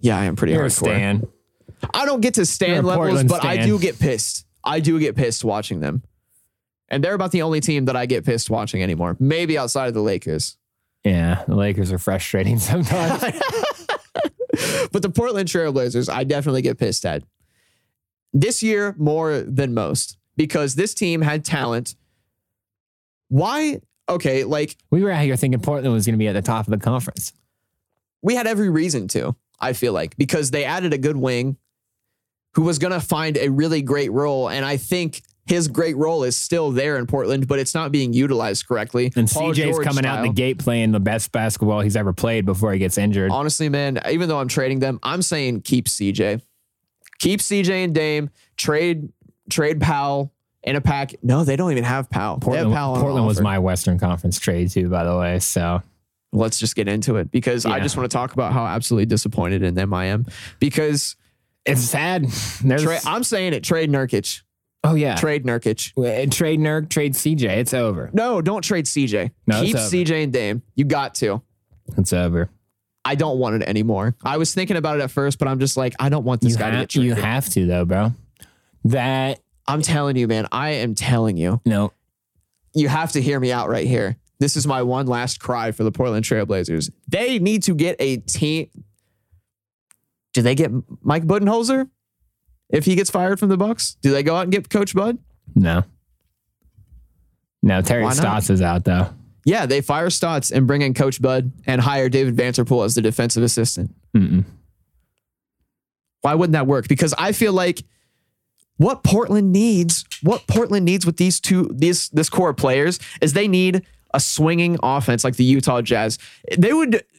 [SPEAKER 5] Yeah, I am pretty
[SPEAKER 4] You're a
[SPEAKER 5] hardcore.
[SPEAKER 4] Stan.
[SPEAKER 5] I don't get to
[SPEAKER 4] You're a
[SPEAKER 5] stand levels,
[SPEAKER 4] Portland
[SPEAKER 5] but I
[SPEAKER 4] stan.
[SPEAKER 5] do get pissed. I do get pissed watching them. And they're about the only team that I get pissed watching anymore. Maybe outside of the Lakers.
[SPEAKER 4] Yeah, the Lakers are frustrating sometimes.
[SPEAKER 5] But the Portland Trailblazers, I definitely get pissed at. This year, more than most, because this team had talent. Why? Okay, like
[SPEAKER 4] we were out here thinking Portland was going to be at the top of the conference.
[SPEAKER 5] we had every reason to, I feel like, because they added a good wing who was going to find a really great role. And I think his great role is still there in Portland, but it's not being utilized correctly.
[SPEAKER 4] And
[SPEAKER 5] Paul
[SPEAKER 4] CJ's
[SPEAKER 5] George
[SPEAKER 4] coming out
[SPEAKER 5] style.
[SPEAKER 4] the gate playing the best basketball he's ever played before he gets injured.
[SPEAKER 5] Honestly, man, even though I'm trading them, I'm saying keep CJ. Keep CJ and Dame, trade trade Powell in a pack. No, they don't even have Powell. they
[SPEAKER 4] Portland,
[SPEAKER 5] have Powell on
[SPEAKER 4] Portland was
[SPEAKER 5] offer.
[SPEAKER 4] my Western Conference trade too, by the way. So
[SPEAKER 5] let's just get into it because I
[SPEAKER 4] Yeah.
[SPEAKER 5] just want to talk about how absolutely disappointed in them I am. Because
[SPEAKER 4] it's sad. There's,
[SPEAKER 5] Tra- I'm saying it, trade Nurkic.
[SPEAKER 4] oh yeah,
[SPEAKER 5] Trade Nurkic.
[SPEAKER 4] Wait, trade Nurk, trade CJ. It's over.
[SPEAKER 5] No, don't trade CJ.
[SPEAKER 4] No, it's
[SPEAKER 5] Keep
[SPEAKER 4] over.
[SPEAKER 5] CJ and Dame. You got to.
[SPEAKER 4] It's over.
[SPEAKER 5] I don't want it anymore. I was thinking about it at first, but I'm just like, I don't want this
[SPEAKER 4] You,
[SPEAKER 5] guy to
[SPEAKER 4] ha-
[SPEAKER 5] get
[SPEAKER 4] you
[SPEAKER 5] traded.
[SPEAKER 4] have to though, bro. That
[SPEAKER 5] I'm telling you, man. I am telling you.
[SPEAKER 4] no,
[SPEAKER 5] You have to hear me out right here. This is my one last cry for the Portland Trailblazers. They need to get a team. Do they get Mike Budenholzer? if he gets fired from the Bucks? Do they go out and get Coach Bud?
[SPEAKER 4] No. No, Terry
[SPEAKER 5] Why not?
[SPEAKER 4] Stotts is out though.
[SPEAKER 5] Yeah, they fire Stotts and bring in Coach Bud and hire David Vanterpool as the defensive assistant.
[SPEAKER 4] Mm-mm.
[SPEAKER 5] Why wouldn't that work? Because I feel like what Portland needs, what Portland needs with these two, these this core of players is they need a swinging offense like the Utah Jazz. They would.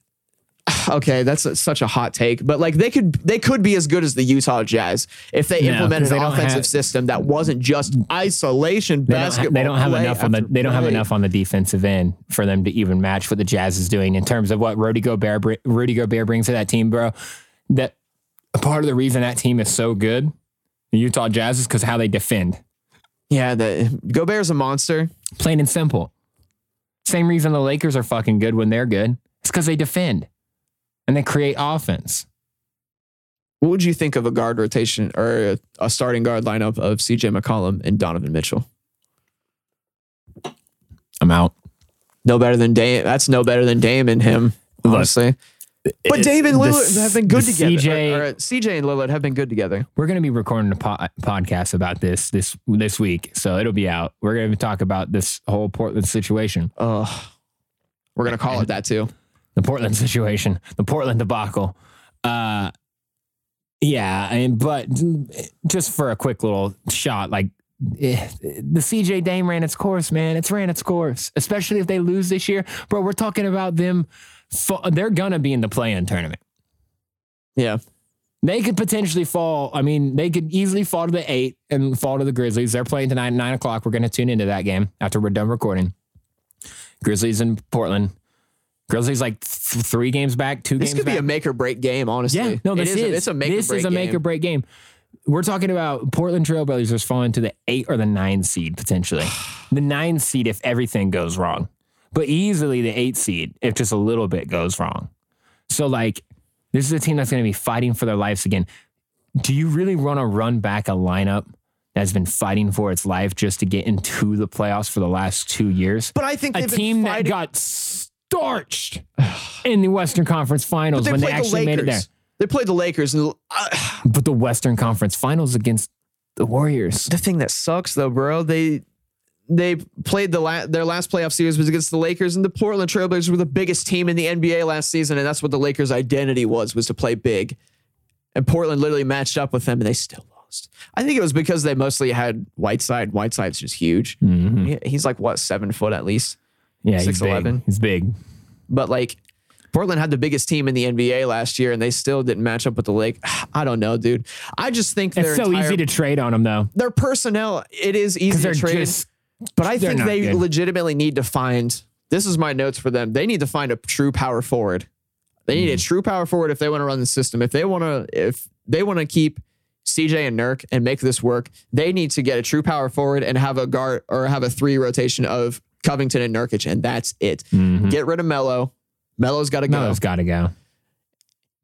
[SPEAKER 5] Okay, that's a- such a hot take, but like they could they could be as good as the Utah Jazz if they
[SPEAKER 4] No, 'cause
[SPEAKER 5] implemented
[SPEAKER 4] they
[SPEAKER 5] an
[SPEAKER 4] don't
[SPEAKER 5] offensive
[SPEAKER 4] have-
[SPEAKER 5] system that wasn't just isolation
[SPEAKER 4] They don't, ha-
[SPEAKER 5] basketball.
[SPEAKER 4] they don't have
[SPEAKER 5] play
[SPEAKER 4] enough on the
[SPEAKER 5] after
[SPEAKER 4] they don't have
[SPEAKER 5] play.
[SPEAKER 4] enough on the defensive end for them to even match what the Jazz is doing in terms of what Rudy Gobert br- Rudy Gobert brings to that team, bro. That part of the reason that team is so good, the Utah Jazz, is because how they defend.
[SPEAKER 5] Yeah, the Gobert's a monster.
[SPEAKER 4] Plain and simple. Same reason the Lakers are fucking good when they're good. It's because they defend and they create offense.
[SPEAKER 5] What would you think of a guard rotation or a, a starting guard lineup of CJ McCollum and Donovan Mitchell?
[SPEAKER 4] I'm out.
[SPEAKER 5] No better than Dame. That's no better than Dame and him,
[SPEAKER 4] Look,
[SPEAKER 5] honestly. but
[SPEAKER 4] it-
[SPEAKER 5] Dame and
[SPEAKER 4] the
[SPEAKER 5] Lillard
[SPEAKER 4] s-
[SPEAKER 5] have been good
[SPEAKER 4] the
[SPEAKER 5] together.
[SPEAKER 4] CJ
[SPEAKER 5] Or- or, uh, CJ and Lillard have been good together.
[SPEAKER 4] we're going to be recording a po- podcast about this this this week, so it'll be out. We're going to talk about this whole Portland situation,
[SPEAKER 5] Ugh. we're gonna call it that too.
[SPEAKER 4] the Portland situation, the Portland debacle. Uh, yeah, I mean, but just for a quick little shot, like eh, the CJ Dame ran its course, man. It's ran its course, especially if they lose this year, bro. We're talking about them. fa- They're gonna be in the play-in tournament.
[SPEAKER 5] Yeah,
[SPEAKER 4] They could potentially fall. I mean, they could easily fall to the eight and fall to the Grizzlies. They're playing tonight at nine o'clock. We're going to tune into that game after we're done recording. Grizzlies in Portland. Grizzlies like th- three games back, two
[SPEAKER 5] this
[SPEAKER 4] games
[SPEAKER 5] could be
[SPEAKER 4] back.
[SPEAKER 5] a make or break game. Honestly,
[SPEAKER 4] yeah, no, this
[SPEAKER 5] it
[SPEAKER 4] is,
[SPEAKER 5] A, it's a make
[SPEAKER 4] this
[SPEAKER 5] or break
[SPEAKER 4] is a make
[SPEAKER 5] game.
[SPEAKER 4] or break game. We're talking about Portland Trailblazers falling to the eight or the nine seed potentially. the nine seed if everything goes wrong, but easily the eight seed if just a little bit goes wrong. So like, this is a team that's going to be fighting for their lives again. Do you really want to run back a lineup that's been fighting for its life just to get into the playoffs for the last two years?
[SPEAKER 5] But I think
[SPEAKER 4] a
[SPEAKER 5] they've been
[SPEAKER 4] team that
[SPEAKER 5] fighting-
[SPEAKER 4] got starched in the Western Conference Finals
[SPEAKER 5] They
[SPEAKER 4] when they
[SPEAKER 5] played the
[SPEAKER 4] actually made it there.
[SPEAKER 5] Lakers. They played the Lakers, and uh,
[SPEAKER 4] But the Western Conference Finals against the Warriors.
[SPEAKER 5] the thing that sucks though, bro, they they played the la- their last playoff series was against the Lakers, and the Portland Trailblazers were the biggest team in the NBA last season, and that's what the Lakers' identity was was to play big. And Portland literally matched up with them, and they still lost. I think it was because they mostly had Whiteside. Whiteside's just huge.
[SPEAKER 4] Mhm.
[SPEAKER 5] He- He's like what seven foot at least,
[SPEAKER 4] Yeah, he's big.
[SPEAKER 5] 6'11".
[SPEAKER 4] He's big.
[SPEAKER 5] but like. Portland had the biggest team in the NBA last year, and they still didn't match up with the Lake. I don't know, dude. I just think
[SPEAKER 4] It's
[SPEAKER 5] their
[SPEAKER 4] so
[SPEAKER 5] entire-
[SPEAKER 4] easy to trade on him though,
[SPEAKER 5] their personnel. It is
[SPEAKER 4] because
[SPEAKER 5] easy
[SPEAKER 4] they're
[SPEAKER 5] to trade.
[SPEAKER 4] just
[SPEAKER 5] But I
[SPEAKER 4] They're
[SPEAKER 5] think
[SPEAKER 4] not
[SPEAKER 5] they
[SPEAKER 4] good.
[SPEAKER 5] legitimately need to find this is my notes for them. They need to find a true power forward. They
[SPEAKER 4] Hmm.
[SPEAKER 5] need a true power forward if they want to run the system. If they want to if they want to keep CJ and Nurk and make this work, they need to get a true power forward and have a guard or have a three rotation of Covington and Nurkic, and that's it.
[SPEAKER 4] Mm-hmm.
[SPEAKER 5] Get rid of Melo. Melo's got to go.
[SPEAKER 4] Hmm. no, it's got to go.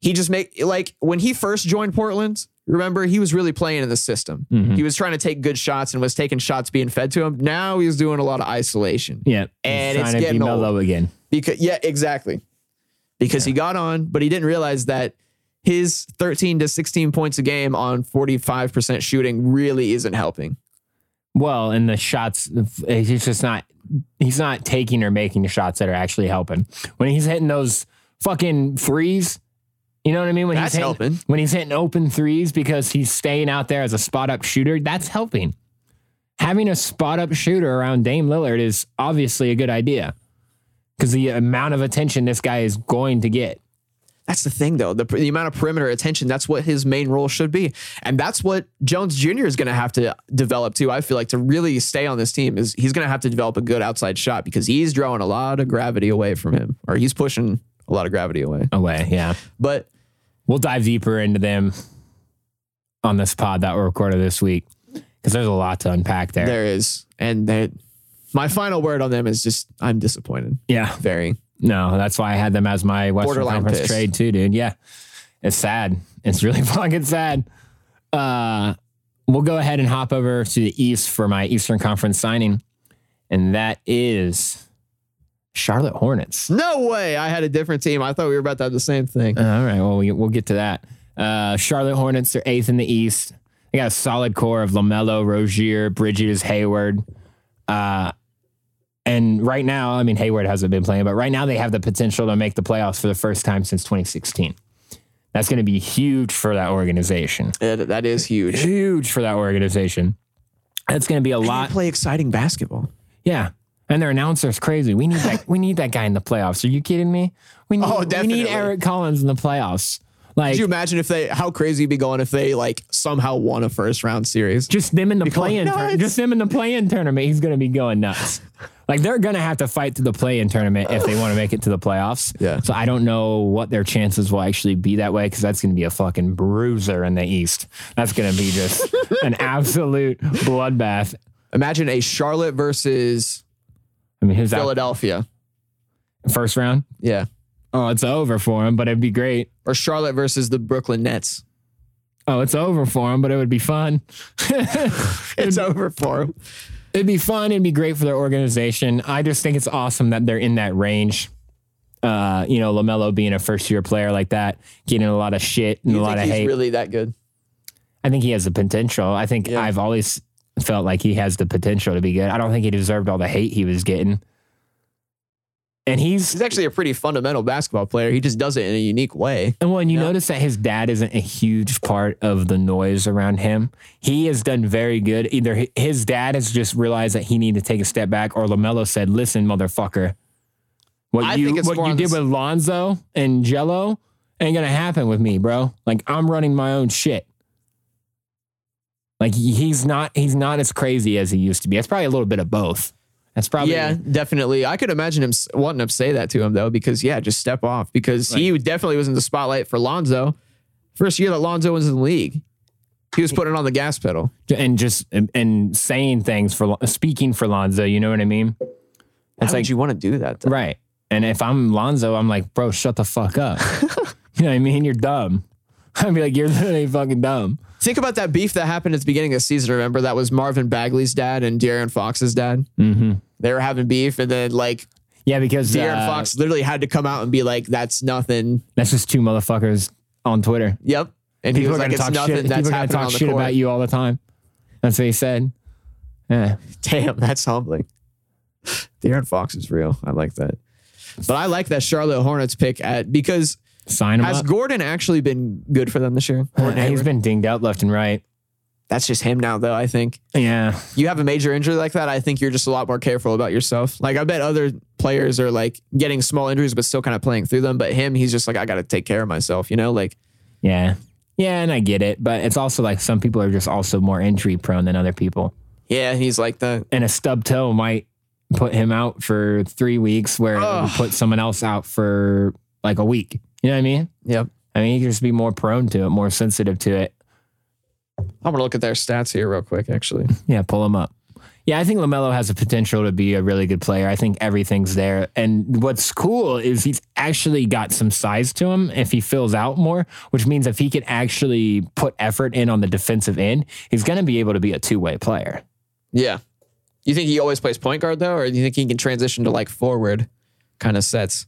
[SPEAKER 5] He just make like when he first joined Portland. Remember, he was really playing in the system.
[SPEAKER 4] Mhm.
[SPEAKER 5] He was trying to take good shots and was taking shots being fed to him. Now he's doing a lot of isolation.
[SPEAKER 4] Yeah,
[SPEAKER 5] And
[SPEAKER 4] He's trying
[SPEAKER 5] it's
[SPEAKER 4] to be
[SPEAKER 5] getting old.
[SPEAKER 4] Melo again.
[SPEAKER 5] Because yeah, exactly. Because he got on, but he didn't realize that his 13 to 16 points a game on 45% shooting really isn't helping.
[SPEAKER 4] Well, and the shots, he's just not, he's not taking or making the shots that are actually helping. When he's hitting those fucking threes, you know what I mean? When
[SPEAKER 5] That's
[SPEAKER 4] he's hitting,
[SPEAKER 5] helping.
[SPEAKER 4] When he's hitting open threes because he's staying out there as a spot up shooter, that's helping. Having a spot up shooter around Dame Lillard is obviously a good idea because the amount of attention this guy is going to get.
[SPEAKER 5] That's the thing though. The, the amount of perimeter attention, that's what his main role should be. And that's what Jones Jr. is going to have to develop too. I feel like to really stay on this team is he's going to have to develop a good outside shot because he's drawing a lot of gravity away from him or he's pushing a lot of gravity away.
[SPEAKER 4] Away, yeah.
[SPEAKER 5] But
[SPEAKER 4] we'll dive deeper into them on this pod that we recorded this week because there's a lot to unpack there.
[SPEAKER 5] there is and they, my final word on them is just I'm disappointed.
[SPEAKER 4] Yeah,
[SPEAKER 5] Very.
[SPEAKER 4] no, that's why I had them as my Western
[SPEAKER 5] Borderline
[SPEAKER 4] Conference
[SPEAKER 5] pissed.
[SPEAKER 4] trade too, dude. Yeah, it's sad. It's really fucking sad. Uh, we'll go ahead and hop over to the East for my Eastern Conference signing, and that is Charlotte Hornets.
[SPEAKER 5] No way. I had a different team. I thought we were about to have the same thing.
[SPEAKER 4] Uh, All right. Well, we, we'll get to that. Uh, Charlotte Hornets are eighth in the East. They got a solid core of Lamelo, Rozier, Bridges, Hayward. Uh, and right now, I mean, Hayward hasn't been playing, but right now they have the potential to make the playoffs for the first time since 2016. That's going to be huge for that organization.
[SPEAKER 5] Yeah, that- that is huge.
[SPEAKER 4] Huge for that organization. That's going to be a
[SPEAKER 5] They
[SPEAKER 4] lot.
[SPEAKER 5] play exciting basketball.
[SPEAKER 4] Yeah. And their announcer's crazy. We need that. we need that guy in the playoffs. Are you kidding me? We need,
[SPEAKER 5] Oh,
[SPEAKER 4] we need
[SPEAKER 5] definitely.
[SPEAKER 4] Eric Collins in the playoffs. Like
[SPEAKER 5] Could you imagine if they how crazy it'd be going if they like somehow won a first round series?
[SPEAKER 4] just them in the play-in.
[SPEAKER 5] No,
[SPEAKER 4] Tur-
[SPEAKER 5] it's-
[SPEAKER 4] just them in the play-in tournament. He's going to be going nuts. like they're going to have to fight to the play-in tournament if they want to make it to the playoffs.
[SPEAKER 5] Yeah.
[SPEAKER 4] So I don't know what their chances will actually be that way because that's going to be a fucking bruiser in the East. That's going to be just an absolute bloodbath.
[SPEAKER 5] Imagine a Charlotte versus
[SPEAKER 4] I mean, his out
[SPEAKER 5] Philadelphia.
[SPEAKER 4] first round.
[SPEAKER 5] Yeah.
[SPEAKER 4] Oh, it's over for him, but it'd be great.
[SPEAKER 5] Or Charlotte versus the Brooklyn Nets.
[SPEAKER 4] Oh, it's over for him, but it would be fun.
[SPEAKER 5] It's over for them.
[SPEAKER 4] it'd be fun. It'd be great for their organization. I just think it's awesome that they're in that range. Uh, you know, Lamelo being a first-year player like that, getting a lot of shit and a
[SPEAKER 5] You
[SPEAKER 4] lot
[SPEAKER 5] think
[SPEAKER 4] of
[SPEAKER 5] he's
[SPEAKER 4] hate.
[SPEAKER 5] really that good?
[SPEAKER 4] I think he has the potential. I think
[SPEAKER 5] Yeah.
[SPEAKER 4] I've always felt like he has the potential to be good. I don't think he deserved all the hate he was getting. And he's
[SPEAKER 5] He's actually a pretty fundamental basketball player. He just does it in a unique way.
[SPEAKER 4] and well, and you notice that his dad isn't a huge part of the noise around him. He has done very good. Either hi- his dad has just realized that he needed to take a step back, or Lamelo said, "Listen, motherfucker, what
[SPEAKER 5] I
[SPEAKER 4] you
[SPEAKER 5] think it's
[SPEAKER 4] what
[SPEAKER 5] more
[SPEAKER 4] you
[SPEAKER 5] on
[SPEAKER 4] did
[SPEAKER 5] this-
[SPEAKER 4] with Lonzo and Jello ain't gonna happen with me, bro. Like I'm running my own shit." Like he- he's not he's not as crazy as he used to be. That's probably a little bit of both. That's probably
[SPEAKER 5] yeah, definitely. I could imagine him s- wanting to say that to him though, because yeah, just step off because he definitely was in the spotlight for Lonzo. First year that Lonzo was in the league, he was putting on the gas pedal.
[SPEAKER 4] and just and, and saying things for Lon- speaking for Lonzo. You know what I mean?
[SPEAKER 5] It's How
[SPEAKER 4] like-
[SPEAKER 5] like you want to do that. Though?
[SPEAKER 4] Right. And if I'm Lonzo, I'm like, bro, shut the fuck up. you know what I mean? You're dumb. I'd be like, you're literally fucking dumb.
[SPEAKER 5] Think about that beef that happened at the beginning of the season. Remember that was Marvin Bagley's dad and De'Aaron Fox's dad. Mm-hmm. They were having beef, and then like
[SPEAKER 4] Yeah, because
[SPEAKER 5] De'Aaron
[SPEAKER 4] uh,
[SPEAKER 5] Fox literally had to come out and be like, "That's nothing."
[SPEAKER 4] that's just two motherfuckers on Twitter.
[SPEAKER 5] Yep. And he
[SPEAKER 4] People
[SPEAKER 5] was
[SPEAKER 4] are
[SPEAKER 5] like,
[SPEAKER 4] gonna
[SPEAKER 5] "It's
[SPEAKER 4] talk
[SPEAKER 5] nothing."
[SPEAKER 4] shit.
[SPEAKER 5] That's
[SPEAKER 4] People are gonna
[SPEAKER 5] happening
[SPEAKER 4] talk
[SPEAKER 5] on the
[SPEAKER 4] shit
[SPEAKER 5] court.
[SPEAKER 4] about you all the time. That's what he said. Yeah.
[SPEAKER 5] Damn, that's humbling. De'Aaron Fox is real. I like that. But I like that Charlotte Hornets pick at because
[SPEAKER 4] Sign him
[SPEAKER 5] has
[SPEAKER 4] up.
[SPEAKER 5] Gordon actually been good for them this year?
[SPEAKER 4] Yeah, He's been dinged out left and right.
[SPEAKER 5] That's just him now, though. I think
[SPEAKER 4] Yeah.
[SPEAKER 5] you have a major injury like that. I think you're just a lot more careful about yourself. Like I bet other players are like getting small injuries, but still kind of playing through them. But him, he's just like, I got to take care of myself. You know, like
[SPEAKER 4] Yeah. Yeah, and I get it. But it's also like some people are just also more injury prone than other people.
[SPEAKER 5] yeah, he's like that.
[SPEAKER 4] and a stub toe might put him out for three weeks, where it
[SPEAKER 5] Ugh.
[SPEAKER 4] would put someone else out for like a week. You know what I mean?
[SPEAKER 5] Yep.
[SPEAKER 4] I mean, he could just be more prone to it, more sensitive to it.
[SPEAKER 5] I'm gonna look at their stats here real quick. Actually,
[SPEAKER 4] Yeah, pull him up. Yeah, I think LaMelo has the potential to be a really good player. I think everything's there. And what's cool is he's actually got some size to him if he fills out more, which means if he can actually put effort in on the defensive end, he's going to be able to be a two way player.
[SPEAKER 5] yeah. You think he always plays point guard though, or do you think he can transition to like forward kind of sets?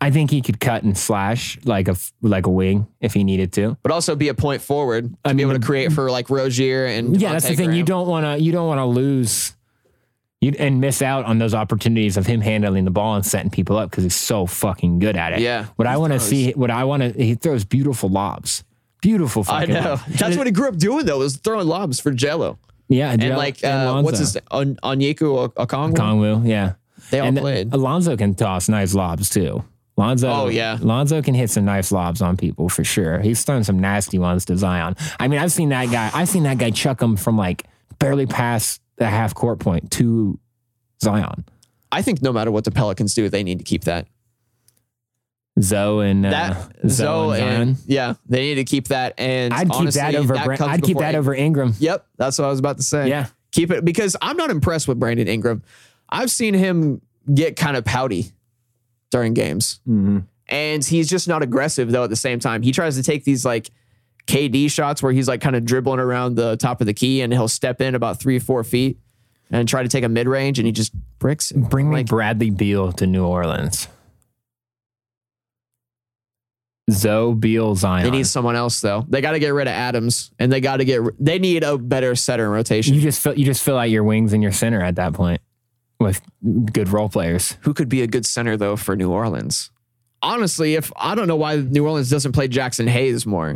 [SPEAKER 4] I think he could cut and slash like a f- like a wing if he needed to.
[SPEAKER 5] but also be a point forward to be able to create for like Rozier and
[SPEAKER 4] yeah, that's the
[SPEAKER 5] Devontae
[SPEAKER 4] thing. You
[SPEAKER 5] Graham.
[SPEAKER 4] don't want to you don't want to lose you and miss out on those opportunities of him handling the ball and setting people up because he's so fucking good at it.
[SPEAKER 5] Yeah,
[SPEAKER 4] What I want to see, what I want to, he throws beautiful lobs, beautiful.
[SPEAKER 5] I
[SPEAKER 4] Fucking
[SPEAKER 5] know
[SPEAKER 4] lobs.
[SPEAKER 5] that's what he grew up doing though was throwing lobs for Jello
[SPEAKER 4] Yeah,
[SPEAKER 5] and like uh, what's his on Onyeku Okongwu.
[SPEAKER 4] Kongwu? Yeah,
[SPEAKER 5] They all
[SPEAKER 4] and uh,
[SPEAKER 5] played.
[SPEAKER 4] Alonzo can toss nice lobs too. Lonzo,
[SPEAKER 5] Oh, yeah.
[SPEAKER 4] Lonzo can hit some nice lobs on people for sure. He's thrown some nasty ones to Zion. I mean, I've seen that guy. I've seen that guy chuck him from like barely past the half court point to Zion.
[SPEAKER 5] I think no matter what the Pelicans do, they need to keep that.
[SPEAKER 4] Zoe and uh,
[SPEAKER 5] That
[SPEAKER 4] Zoe,
[SPEAKER 5] Zoe
[SPEAKER 4] and Zion.
[SPEAKER 5] and, yeah, they need to keep that. And
[SPEAKER 4] I'd keep
[SPEAKER 5] honestly,
[SPEAKER 4] that over. Bra-
[SPEAKER 5] comes
[SPEAKER 4] I'd keep
[SPEAKER 5] before
[SPEAKER 4] that
[SPEAKER 5] any-
[SPEAKER 4] over Ingram.
[SPEAKER 5] Yep, that's what I was about to say.
[SPEAKER 4] Yeah.
[SPEAKER 5] keep it because I'm not impressed with Brandon Ingram. I've seen him get kind of pouty during games. and he's just not aggressive though at the same time. He tries to take these like KD shots where he's like kind of dribbling around the top of the key and he'll step in about three, four feet and try to take a mid range and he just bricks it.
[SPEAKER 4] Bring me Bradley Beal to New Orleans. Zoe Beal Zion.
[SPEAKER 5] They need someone else though. They got to get rid of Adams, and they got to get. They need a better setter in rotation.
[SPEAKER 4] you just fill, you just fill out your wings and your center at that point with good role players.
[SPEAKER 5] Who could be a good center though for New Orleans? Honestly, if I don't know why New Orleans doesn't play Jackson Hayes more.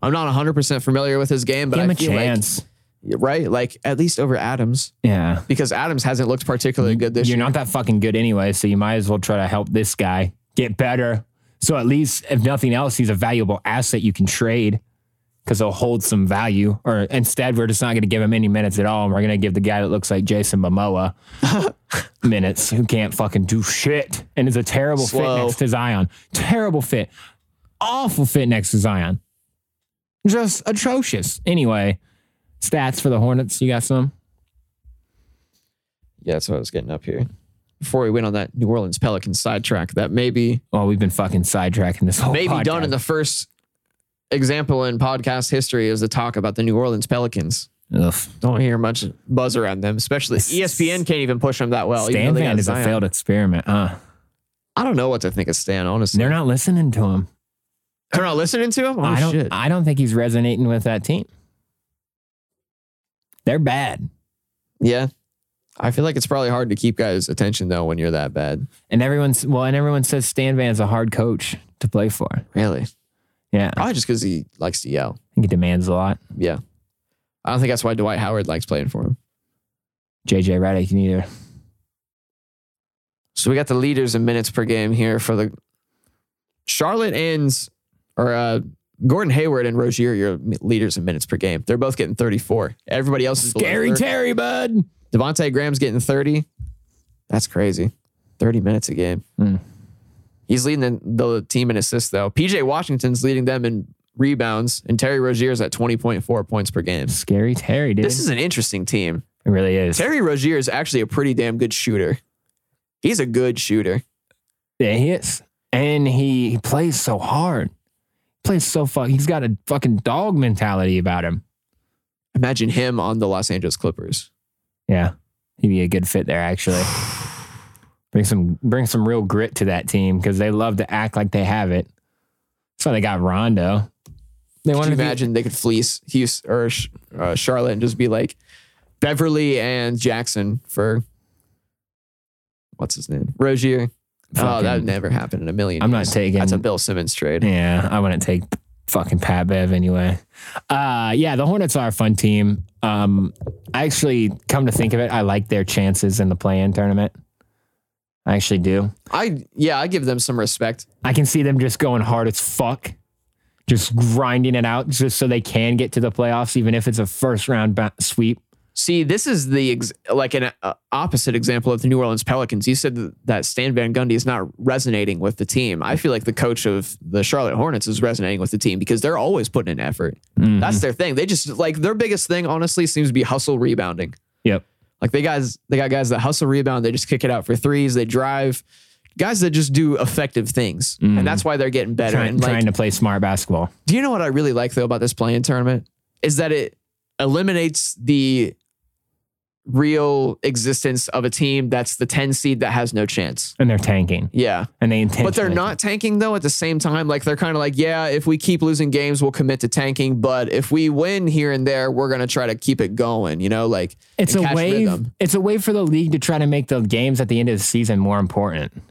[SPEAKER 5] I'm not 100% familiar with his game, but
[SPEAKER 4] Give him
[SPEAKER 5] I
[SPEAKER 4] a
[SPEAKER 5] feel
[SPEAKER 4] chance.
[SPEAKER 5] like right, like at least over Adams
[SPEAKER 4] yeah.
[SPEAKER 5] because Adams hasn't looked particularly good this
[SPEAKER 4] You're
[SPEAKER 5] year.
[SPEAKER 4] not that fucking good anyway, so you might as well try to help this guy get better. So at least, if nothing else, he's a valuable asset you can trade because he'll hold some value. Or instead, we're just not going to give him any minutes at all. And we're going to give the guy that looks like Jason Momoa minutes who can't fucking do shit and is a terrible
[SPEAKER 5] Slow.
[SPEAKER 4] fit next to Zion. Terrible fit. Awful fit next to Zion. Just atrocious. Anyway, stats for the Hornets. You got some?
[SPEAKER 5] yeah, that's what I was getting up here. Before we went on that New Orleans Pelicans sidetrack, that may be
[SPEAKER 4] Oh, we've been fucking sidetracking this whole
[SPEAKER 5] maybe
[SPEAKER 4] podcast.
[SPEAKER 5] done in the first example in podcast history is the talk about the New Orleans Pelicans.
[SPEAKER 4] Ugh.
[SPEAKER 5] Don't hear much buzz around them, especially E ESPN can't even push them that well. Oh, even
[SPEAKER 4] Stan
[SPEAKER 5] though they
[SPEAKER 4] Van
[SPEAKER 5] got
[SPEAKER 4] is a
[SPEAKER 5] Zion.
[SPEAKER 4] failed experiment, huh?
[SPEAKER 5] I don't know what to think of Stan, honestly.
[SPEAKER 4] They're not listening to him.
[SPEAKER 5] They're not listening to him? Oh,
[SPEAKER 4] I don't.
[SPEAKER 5] shit.
[SPEAKER 4] I don't think he's resonating with that team. They're bad,
[SPEAKER 5] yeah. I feel like it's probably hard to keep guys' attention, though, when you're that bad.
[SPEAKER 4] and everyone's well, and everyone says Stan Van's a hard coach to play for.
[SPEAKER 5] Really?
[SPEAKER 4] Yeah, I
[SPEAKER 5] Probably just because he likes to yell.
[SPEAKER 4] think he demands a lot.
[SPEAKER 5] Yeah. I don't think that's why Dwight Howard likes playing for him.
[SPEAKER 4] JJ Redick neither.
[SPEAKER 5] So we got the leaders in minutes per game here for the Charlotte ends or uh, Gordon Hayward and Rozier, your m- leaders in minutes per game. They're both getting 34. Everybody else is below
[SPEAKER 4] Gary
[SPEAKER 5] 30.
[SPEAKER 4] Terry, bud.
[SPEAKER 5] Devontae Graham's getting 30. That's crazy. 30 minutes a game.
[SPEAKER 4] Hmm.
[SPEAKER 5] He's leading the, the team in assists, though. PJ Washington's leading them in rebounds, and Terry Rozier's at 20.4 points per game.
[SPEAKER 4] Scary Terry, dude.
[SPEAKER 5] This is an interesting team.
[SPEAKER 4] it really is.
[SPEAKER 5] Terry Rozier is actually a pretty damn good shooter. He's a good shooter.
[SPEAKER 4] Yeah, he is, and he, he plays so hard. Plays so fuck. He's got a fucking dog mentality about him.
[SPEAKER 5] Imagine him on the Los Angeles Clippers.
[SPEAKER 4] Yeah. He'd be a good fit there actually. bring some bring some real grit to that team because they love to act like they have it. That's why they got Rondo. They
[SPEAKER 5] Could
[SPEAKER 4] want
[SPEAKER 5] you
[SPEAKER 4] to be-
[SPEAKER 5] imagine they could fleece Houston or Sh- uh, Charlotte and just be like Beverly and Jackson for what's his name Rozier? oh, that would
[SPEAKER 4] Fucking-
[SPEAKER 5] never happen in a million.
[SPEAKER 4] I'm not
[SPEAKER 5] years.
[SPEAKER 4] taking-
[SPEAKER 5] That's a Bill Simmons trade.
[SPEAKER 4] Yeah, I wouldn't take fucking Pat Bev anyway. Uh yeah, the Hornets are a fun team. Um I actually come to think of it, I like their chances in the play in tournament. I actually do.
[SPEAKER 5] I yeah, I give them some respect.
[SPEAKER 4] I can see them just going hard as fuck, just grinding it out just so they can get to the playoffs, even if it's a first round ba- sweep.
[SPEAKER 5] See, this is the ex- like an uh, opposite example of the New Orleans Pelicans. You said th- that Stan Van Gundy is not resonating with the team. I feel like the coach of the Charlotte Hornets is resonating with the team because they're always putting in effort.
[SPEAKER 4] Mm-hmm.
[SPEAKER 5] That's their thing. They just like their biggest thing, honestly, seems to be hustle rebounding.
[SPEAKER 4] Yep.
[SPEAKER 5] Like they guys, they got guys that hustle rebound. They just kick it out for threes. They drive. Guys that just do effective things, and that's why they're getting better.
[SPEAKER 4] Mm-hmm. Trying,
[SPEAKER 5] and like,
[SPEAKER 4] trying to play smart basketball.
[SPEAKER 5] do you know what I really like though about this playing tournament is that it eliminates the real existence of a team that's the 10 seed that has no chance.
[SPEAKER 4] and they're tanking
[SPEAKER 5] Yeah.
[SPEAKER 4] and they intend.
[SPEAKER 5] But they're not tanking though at the same time. Like they're kind of like, yeah, if we keep losing games, we'll commit to tanking. But if we win here and there, we're gonna try to keep it going, you know, like
[SPEAKER 4] It's a
[SPEAKER 5] and catch
[SPEAKER 4] way.
[SPEAKER 5] rhythm.
[SPEAKER 4] It's a way for the league to try to make the games at the end of the season more important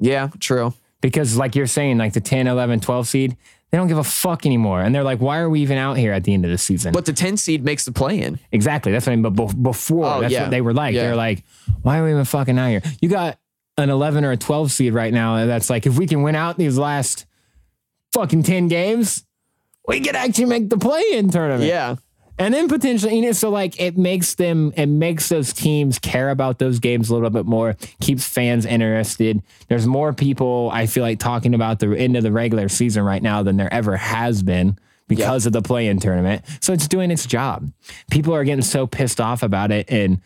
[SPEAKER 5] Yeah, true.
[SPEAKER 4] because, like you're saying, like the 10, 11, 12 seed, they don't give a fuck anymore, and they're like, why are we even out here at the end of the season?
[SPEAKER 5] But the 10 seed makes the play in.
[SPEAKER 4] exactly. That's what I mean. But bef- before,
[SPEAKER 5] Oh,
[SPEAKER 4] that's
[SPEAKER 5] yeah.
[SPEAKER 4] what they were like.
[SPEAKER 5] Yeah.
[SPEAKER 4] They're like, why are we even fucking out here? You got an 11 or a 12 seed right now. uh, That's like, if we can win out these last fucking 10 games, we could actually make the play-in tournament.
[SPEAKER 5] Yeah.
[SPEAKER 4] And then potentially, you know, so like it makes them, it makes those teams care about those games a little bit more, keeps fans interested. There's more people, I feel like, talking about the end of the regular season right now than there ever has been because of the play in tournament. So it's doing its job. People are getting so pissed off about it. And,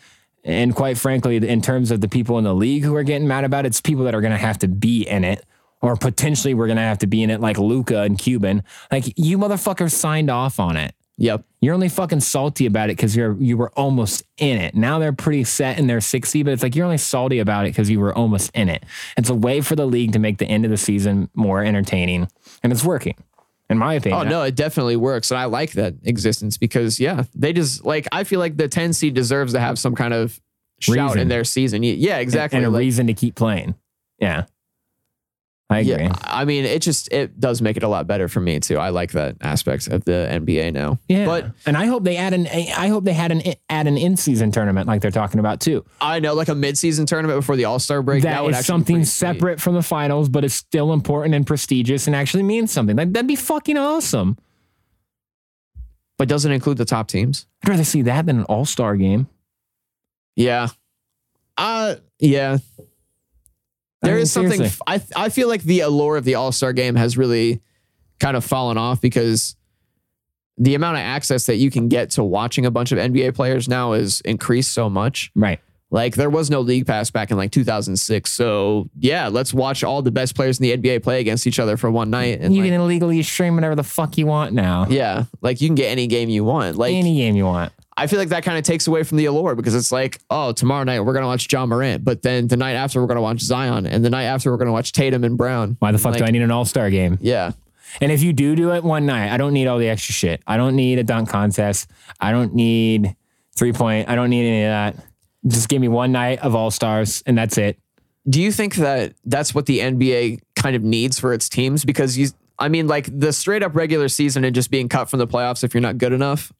[SPEAKER 4] and quite frankly, in terms of the people in the league who are getting mad about it, it's people that are going to have to be in it or potentially we're going to have to be in it like Luca and Cuban. Like you motherfuckers signed off on it.
[SPEAKER 5] Yep.
[SPEAKER 4] You're only fucking salty about it because you're you were almost in it. Now they're pretty set in their 60, but it's like you're only salty about it because you were almost in it. It's a way for the league to make the end of the season more entertaining, and it's working, in my
[SPEAKER 5] Oh
[SPEAKER 4] opinion.
[SPEAKER 5] no, it definitely works, and I like that existence because yeah, they just like I feel like the 10 seed deserves to have some kind of shout
[SPEAKER 4] Reason.
[SPEAKER 5] in their season. Y- Yeah, exactly.
[SPEAKER 4] And a
[SPEAKER 5] Like,
[SPEAKER 4] reason to keep playing. Yeah, I agree.
[SPEAKER 5] yeah, I mean, it just it does make it a lot better for me too. I like that aspect of the NBA now.
[SPEAKER 4] Yeah,
[SPEAKER 5] but
[SPEAKER 4] and I hope they add an. I hope they had an add an in season tournament like they're talking about too.
[SPEAKER 5] I know like a midseason tournament before the All Star break.
[SPEAKER 4] That
[SPEAKER 5] would
[SPEAKER 4] is
[SPEAKER 5] actually be
[SPEAKER 4] something
[SPEAKER 5] pretty sweet.
[SPEAKER 4] separate from the finals, but it's still important and prestigious and actually means something. Like, that'd be fucking awesome.
[SPEAKER 5] but doesn't include the top teams.
[SPEAKER 4] I'd rather see that than an All Star game.
[SPEAKER 5] Yeah, uh, yeah.
[SPEAKER 4] I
[SPEAKER 5] There
[SPEAKER 4] mean,
[SPEAKER 5] is something.
[SPEAKER 4] seriously.
[SPEAKER 5] I I feel like the allure of the All Star game has really kind of fallen off because the amount of access that you can get to watching a bunch of NBA players now is increased so much.
[SPEAKER 4] Right.
[SPEAKER 5] Like there was no league pass back in like 2006. So yeah, let's watch all the best players in the NBA play against each other for one night. And
[SPEAKER 4] you
[SPEAKER 5] like,
[SPEAKER 4] can illegally stream whatever the fuck you want now.
[SPEAKER 5] yeah, like you can get any game you want. Like
[SPEAKER 4] Any game you want.
[SPEAKER 5] I feel like that kind of takes away from the allure because it's like, oh, tomorrow night we're gonna watch John Morant, but then the night after we're gonna watch Zion, and the night after we're gonna watch Tatum and Brown.
[SPEAKER 4] Why the fuck do I need an All Star game?
[SPEAKER 5] Yeah.
[SPEAKER 4] And if you do do it one night, I don't need all the extra shit. I don't need a dunk contest. I don't need three point. I don't need any of that. Just give me one night of All Stars and that's it.
[SPEAKER 5] do you think that that's what the NBA kind of needs for its teams? Because you, I mean, like the straight up regular season and just being cut from the playoffs if you're not good enough,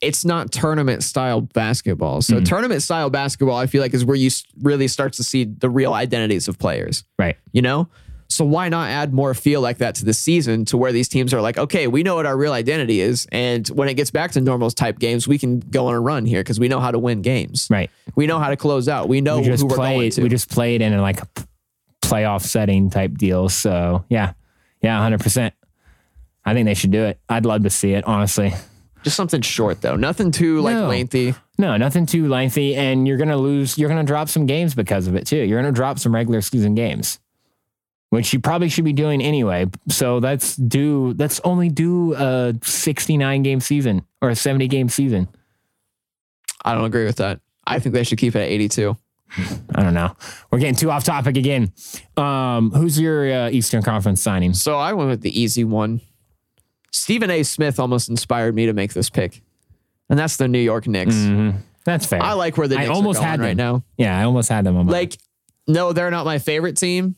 [SPEAKER 5] it's not tournament style basketball. So tournament style basketball, I feel like, is where you s- really start to see the real identities of players.
[SPEAKER 4] Right.
[SPEAKER 5] You know. So why not add more feel like that to the season to where these teams are like, okay, we know what our real identity is, and when it gets back to normal type games, we can go on a run here because we know how to win games.
[SPEAKER 4] Right.
[SPEAKER 5] We know how to close out. We know
[SPEAKER 4] we just
[SPEAKER 5] Oh, who we're going
[SPEAKER 4] played
[SPEAKER 5] to.
[SPEAKER 4] we just played in a like p- playoff setting type deal so yeah yeah 100% i think they should do it i'd love to see it honestly
[SPEAKER 5] Just something short though, nothing too like
[SPEAKER 4] No.
[SPEAKER 5] lengthy.
[SPEAKER 4] no nothing too lengthy and you're gonna lose you're gonna drop some games because of it too you're gonna drop some regular season games which you probably should be doing anyway so let's do let's only do a 69 game season or a 70 game season
[SPEAKER 5] I don't agree with that. I think they should keep it at 82.
[SPEAKER 4] i don't know we're getting too off topic again um who's your uh, eastern conference signings
[SPEAKER 5] So I went with the easy one. Stephen A. Smith almost inspired me to make this pick, and that's the New York Knicks.
[SPEAKER 4] that's fair
[SPEAKER 5] Mm-hmm. I like where the
[SPEAKER 4] Mm. I
[SPEAKER 5] Knicks
[SPEAKER 4] almost
[SPEAKER 5] are going
[SPEAKER 4] had them.
[SPEAKER 5] right now.
[SPEAKER 4] Yeah, I almost had them on my
[SPEAKER 5] Like, no, they're not my favorite team,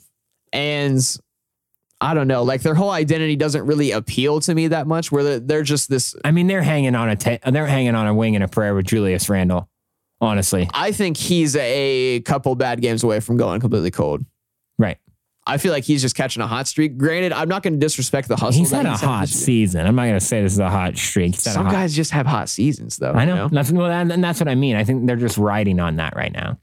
[SPEAKER 5] and I don't know. Like their whole identity doesn't really appeal to me that much. Where they're, they're just this.
[SPEAKER 4] I mean, they're hanging on a te- they're hanging on a wing and a prayer with Julius Randle. Honestly,
[SPEAKER 5] I think he's a couple bad games away from going completely cold.
[SPEAKER 4] right?
[SPEAKER 5] I feel like he's just catching a hot streak. Granted, I'm not going to disrespect the hustle.
[SPEAKER 4] He's
[SPEAKER 5] that
[SPEAKER 4] had a
[SPEAKER 5] he's had
[SPEAKER 4] hot
[SPEAKER 5] this year.
[SPEAKER 4] season. I'm not gonna say this is a hot streak. He's had a
[SPEAKER 5] Some
[SPEAKER 4] hot-
[SPEAKER 5] guys just have hot seasons, though.
[SPEAKER 4] I know. That's, well, and and that's what I mean. I think they're just riding on that right now.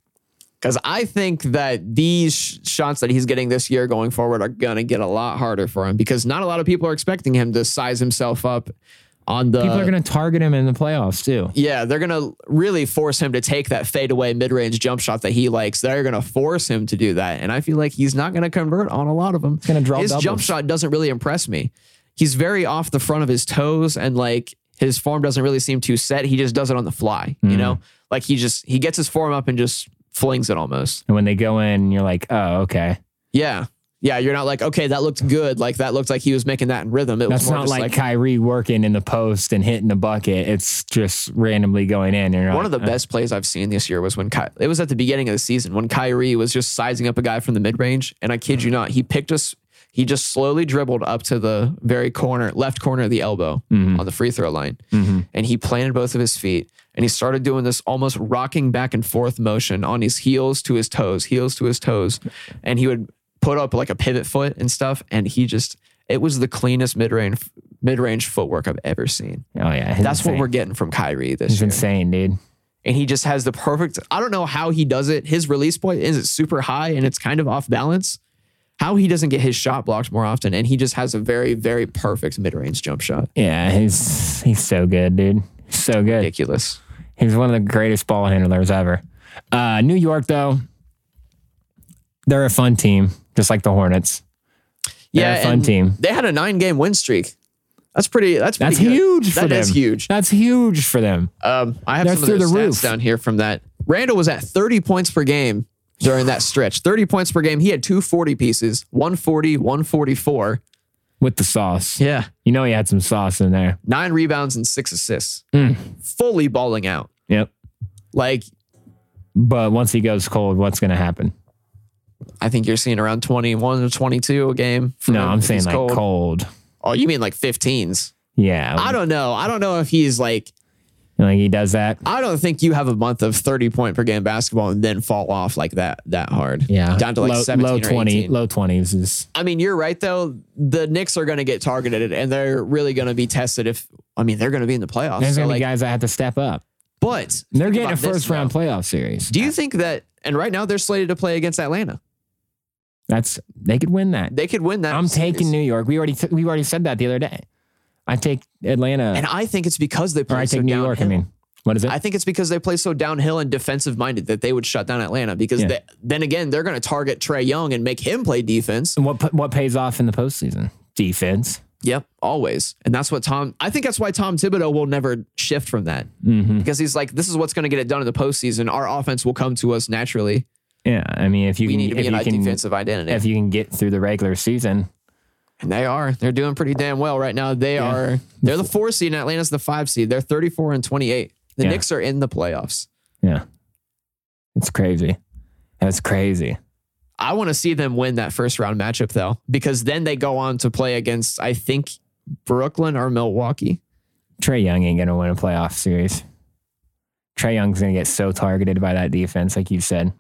[SPEAKER 5] Because I think that these sh- shots that he's getting this year going forward are going to get a lot harder for him because not a lot of people are expecting him to size himself up on the.
[SPEAKER 4] People are gonna target him in the playoffs too.
[SPEAKER 5] yeah, they're going to really force him to take that fadeaway mid range jump shot that he likes. They're going to force him to do that. And I feel like he's not going to convert on a lot of them.
[SPEAKER 4] gonna draw
[SPEAKER 5] His jump
[SPEAKER 4] doubles.
[SPEAKER 5] shot doesn't really impress me. He's very off the front of his toes and like his form doesn't really seem too set. He just does it on the fly,
[SPEAKER 4] Mm.
[SPEAKER 5] you know? Like he just, he gets his form up and just flings it almost.
[SPEAKER 4] And when they go in, you're like, oh, okay.
[SPEAKER 5] Yeah. Yeah. You're not like, okay, that looked good. Like that looked like he was making that in rhythm. It
[SPEAKER 4] That's
[SPEAKER 5] was more
[SPEAKER 4] not
[SPEAKER 5] just
[SPEAKER 4] like,
[SPEAKER 5] like,
[SPEAKER 4] Kyrie working in the post and hitting the bucket. It's just randomly going in. And you're
[SPEAKER 5] one
[SPEAKER 4] like,
[SPEAKER 5] of the
[SPEAKER 4] uh,
[SPEAKER 5] best plays I've seen this year was when Ky- it was at the beginning of the season when Kyrie was just sizing up a guy from the mid range. And I
[SPEAKER 4] Mm-hmm.
[SPEAKER 5] kid you not, he picked us, he just slowly dribbled up to the very corner, left corner of the elbow
[SPEAKER 4] Mm-hmm.
[SPEAKER 5] on the free throw line. And he planted both of his feet and he started doing this almost rocking back and forth motion on his heels to his toes, heels to his toes. And he would put up like a pivot foot and stuff. And he just, it was the cleanest mid range. Mid range footwork I've ever seen.
[SPEAKER 4] Oh yeah, he's
[SPEAKER 5] That's
[SPEAKER 4] insane.
[SPEAKER 5] what we're getting from Kyrie this
[SPEAKER 4] He's
[SPEAKER 5] year
[SPEAKER 4] insane, dude.
[SPEAKER 5] and he just has the perfect. I don't know how he does it. His release point is it super high and it's kind of off balance. How he doesn't get his shot blocked more often, and he just has a very, very perfect mid range jump shot.
[SPEAKER 4] Yeah, he's he's so good, dude. So good.
[SPEAKER 5] Ridiculous.
[SPEAKER 4] He's one of the greatest ball handlers ever. Uh, New York, though, they're a fun team, just like the Hornets. They're a fun
[SPEAKER 5] and
[SPEAKER 4] team.
[SPEAKER 5] They had a nine game win streak. That's pretty. That's pretty
[SPEAKER 4] That's
[SPEAKER 5] good.
[SPEAKER 4] huge for
[SPEAKER 5] That
[SPEAKER 4] them.
[SPEAKER 5] is huge.
[SPEAKER 4] That's huge for them.
[SPEAKER 5] Um, I have
[SPEAKER 4] They're
[SPEAKER 5] some of those
[SPEAKER 4] through the
[SPEAKER 5] stats
[SPEAKER 4] roof.
[SPEAKER 5] down here from that. Randall was at 30 points per game during that stretch. 30 points per game. He had two 40 pieces, 140, 144.
[SPEAKER 4] with the sauce.
[SPEAKER 5] Yeah.
[SPEAKER 4] You know he had some sauce in there.
[SPEAKER 5] Nine rebounds and six assists.
[SPEAKER 4] Hmm.
[SPEAKER 5] Fully balling out.
[SPEAKER 4] Yep.
[SPEAKER 5] Like,
[SPEAKER 4] But once he goes cold, what's going to happen?
[SPEAKER 5] I think you're seeing around 21 or 22 a game. for
[SPEAKER 4] No,
[SPEAKER 5] him
[SPEAKER 4] I'm
[SPEAKER 5] if
[SPEAKER 4] saying
[SPEAKER 5] he's
[SPEAKER 4] like cold.
[SPEAKER 5] Oh, you mean like 15s?
[SPEAKER 4] Yeah.
[SPEAKER 5] I don't know. I don't know if he's like,
[SPEAKER 4] like he does that.
[SPEAKER 5] I don't think you have a month of 30 point per game basketball and then fall off like that, that hard.
[SPEAKER 4] Yeah.
[SPEAKER 5] Down to like
[SPEAKER 4] low,
[SPEAKER 5] 17
[SPEAKER 4] low
[SPEAKER 5] or 18.
[SPEAKER 4] low 20s is
[SPEAKER 5] I mean, you're right though. The Knicks are going to get targeted, and they're really going to be tested. If I mean, they're going to be in the playoffs.
[SPEAKER 4] there's
[SPEAKER 5] so,
[SPEAKER 4] going to be
[SPEAKER 5] like,
[SPEAKER 4] guys that have to step up.
[SPEAKER 5] but
[SPEAKER 4] And they're
[SPEAKER 5] think
[SPEAKER 4] getting a
[SPEAKER 5] about this,
[SPEAKER 4] first round
[SPEAKER 5] though.
[SPEAKER 4] playoff series.
[SPEAKER 5] Do you think that? And right now, they're slated to play against Atlanta.
[SPEAKER 4] That's they could win that.
[SPEAKER 5] They could win that.
[SPEAKER 4] I'm
[SPEAKER 5] series.
[SPEAKER 4] taking New York. We already t- we already said that the other day. I take Atlanta
[SPEAKER 5] And I think it's because they
[SPEAKER 4] or
[SPEAKER 5] play
[SPEAKER 4] I
[SPEAKER 5] so
[SPEAKER 4] take New
[SPEAKER 5] downhill.
[SPEAKER 4] York. I mean, what is it?
[SPEAKER 5] I think it's because they play so downhill and defensive minded that they would shut down Atlanta. Because
[SPEAKER 4] Yeah.
[SPEAKER 5] they, then again, they're going to target Trey Young and make him play defense.
[SPEAKER 4] what p- what pays off in the postseason? Defense.
[SPEAKER 5] Yep, always. And that's what Tom. I think that's why Tom Thibodeau will never shift from that
[SPEAKER 4] Mm-hmm.
[SPEAKER 5] because he's like, this is what's going to get it done in the postseason. Our offense will come to us naturally.
[SPEAKER 4] Yeah, I mean, if you
[SPEAKER 5] we
[SPEAKER 4] can,
[SPEAKER 5] need to
[SPEAKER 4] if
[SPEAKER 5] be in
[SPEAKER 4] you
[SPEAKER 5] our
[SPEAKER 4] can,
[SPEAKER 5] defensive identity.
[SPEAKER 4] if you can get through the regular season,
[SPEAKER 5] and they are. They're doing pretty damn well right now. They are. They're the four seed and Atlanta's the five seed. They're 34 and 28. The
[SPEAKER 4] Yeah.
[SPEAKER 5] Knicks are in the playoffs.
[SPEAKER 4] yeah, it's crazy. That's crazy.
[SPEAKER 5] I want to see them win that first round matchup though, because then they go on to play against, I think, Brooklyn or Milwaukee.
[SPEAKER 4] Trey Young ain't gonna win a playoff series. Trey Young's gonna get so targeted by that defense, like you said.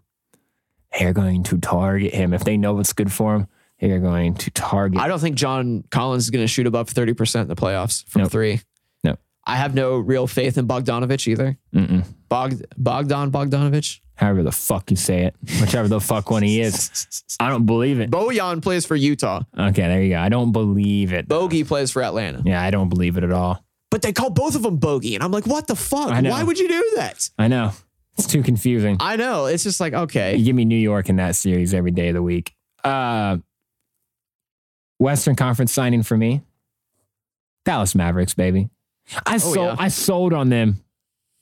[SPEAKER 4] They're going to target him if they know what's good for him. They are going to target.
[SPEAKER 5] I don't think John Collins is going to shoot above 30% in the playoffs from
[SPEAKER 4] Nope.
[SPEAKER 5] three.
[SPEAKER 4] Nope.
[SPEAKER 5] I have no real faith in Bogdanovich either.
[SPEAKER 4] Mm-mm.
[SPEAKER 5] Bog, Bogdan Bogdanovich.
[SPEAKER 4] However the fuck you say it, whichever the fuck one he is, I don't believe it.
[SPEAKER 5] Bojan plays for Utah.
[SPEAKER 4] Okay, there you go. I don't believe it.
[SPEAKER 5] Bogey plays for Atlanta.
[SPEAKER 4] Yeah, I don't believe it at all.
[SPEAKER 5] but they call both of them bogey. And I'm like, what the fuck?
[SPEAKER 4] I know.
[SPEAKER 5] Why would you do that?
[SPEAKER 4] I know it's too confusing.
[SPEAKER 5] I know. It's just like,
[SPEAKER 4] You
[SPEAKER 5] okay.
[SPEAKER 4] give me New York in that series every day of the week. Uh, Western Conference signing for me. Dallas Mavericks, baby. I sold
[SPEAKER 5] Oh, yeah.
[SPEAKER 4] I sold on them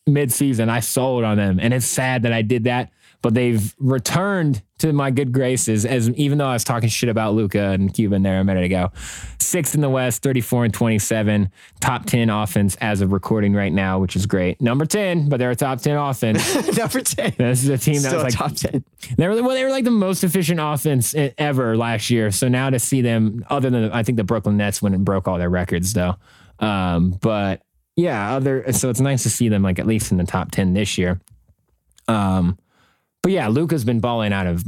[SPEAKER 4] midseason. I sold on them. And it's sad that I did that, but they've returned to my good graces as even though I was talking shit about Luca and Cuban there a minute ago. Sixth in the West, 34 and 27, top 10 offense as of recording right now, which is great. Number 10, but they're a top 10 offense.
[SPEAKER 5] Number 10.
[SPEAKER 4] this is a team that
[SPEAKER 5] Still
[SPEAKER 4] was like
[SPEAKER 5] top 10.
[SPEAKER 4] they were well, they were like the most efficient offense e- ever last year. So now to see them, other than I think the Brooklyn Nets when it broke all their records though, um, but yeah, other so it's nice to see them like at least in the top ten this year. Um, but yeah, Luca's been balling out of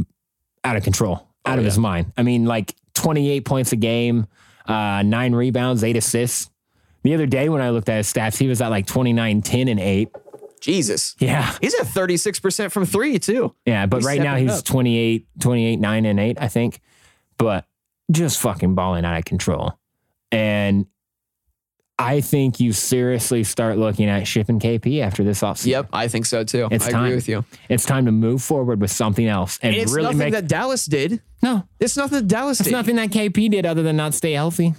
[SPEAKER 4] out of control, out of his mind. I mean, like twenty eight points a game, uh, nine rebounds, eight assists. The other day when I looked at his stats, he was at like 29, 10, and eight.
[SPEAKER 5] Jesus.
[SPEAKER 4] Yeah.
[SPEAKER 5] He's at 36% from three, too.
[SPEAKER 4] Yeah, but
[SPEAKER 5] He's
[SPEAKER 4] right now
[SPEAKER 5] stepping
[SPEAKER 4] he's
[SPEAKER 5] up.
[SPEAKER 4] 28, 28, 9, and 8, I think. But just fucking balling out of control. And I think you seriously start looking at shipping KP after this offseason.
[SPEAKER 5] Yep. I think so, too.
[SPEAKER 4] It's
[SPEAKER 5] I
[SPEAKER 4] time.
[SPEAKER 5] agree with you.
[SPEAKER 4] It's time to move forward with something else and,
[SPEAKER 5] And it's
[SPEAKER 4] really
[SPEAKER 5] nothing
[SPEAKER 4] make
[SPEAKER 5] that Dallas did.
[SPEAKER 4] No.
[SPEAKER 5] It's nothing that Dallas
[SPEAKER 4] It's
[SPEAKER 5] did.
[SPEAKER 4] nothing that KP did other than not stay healthy.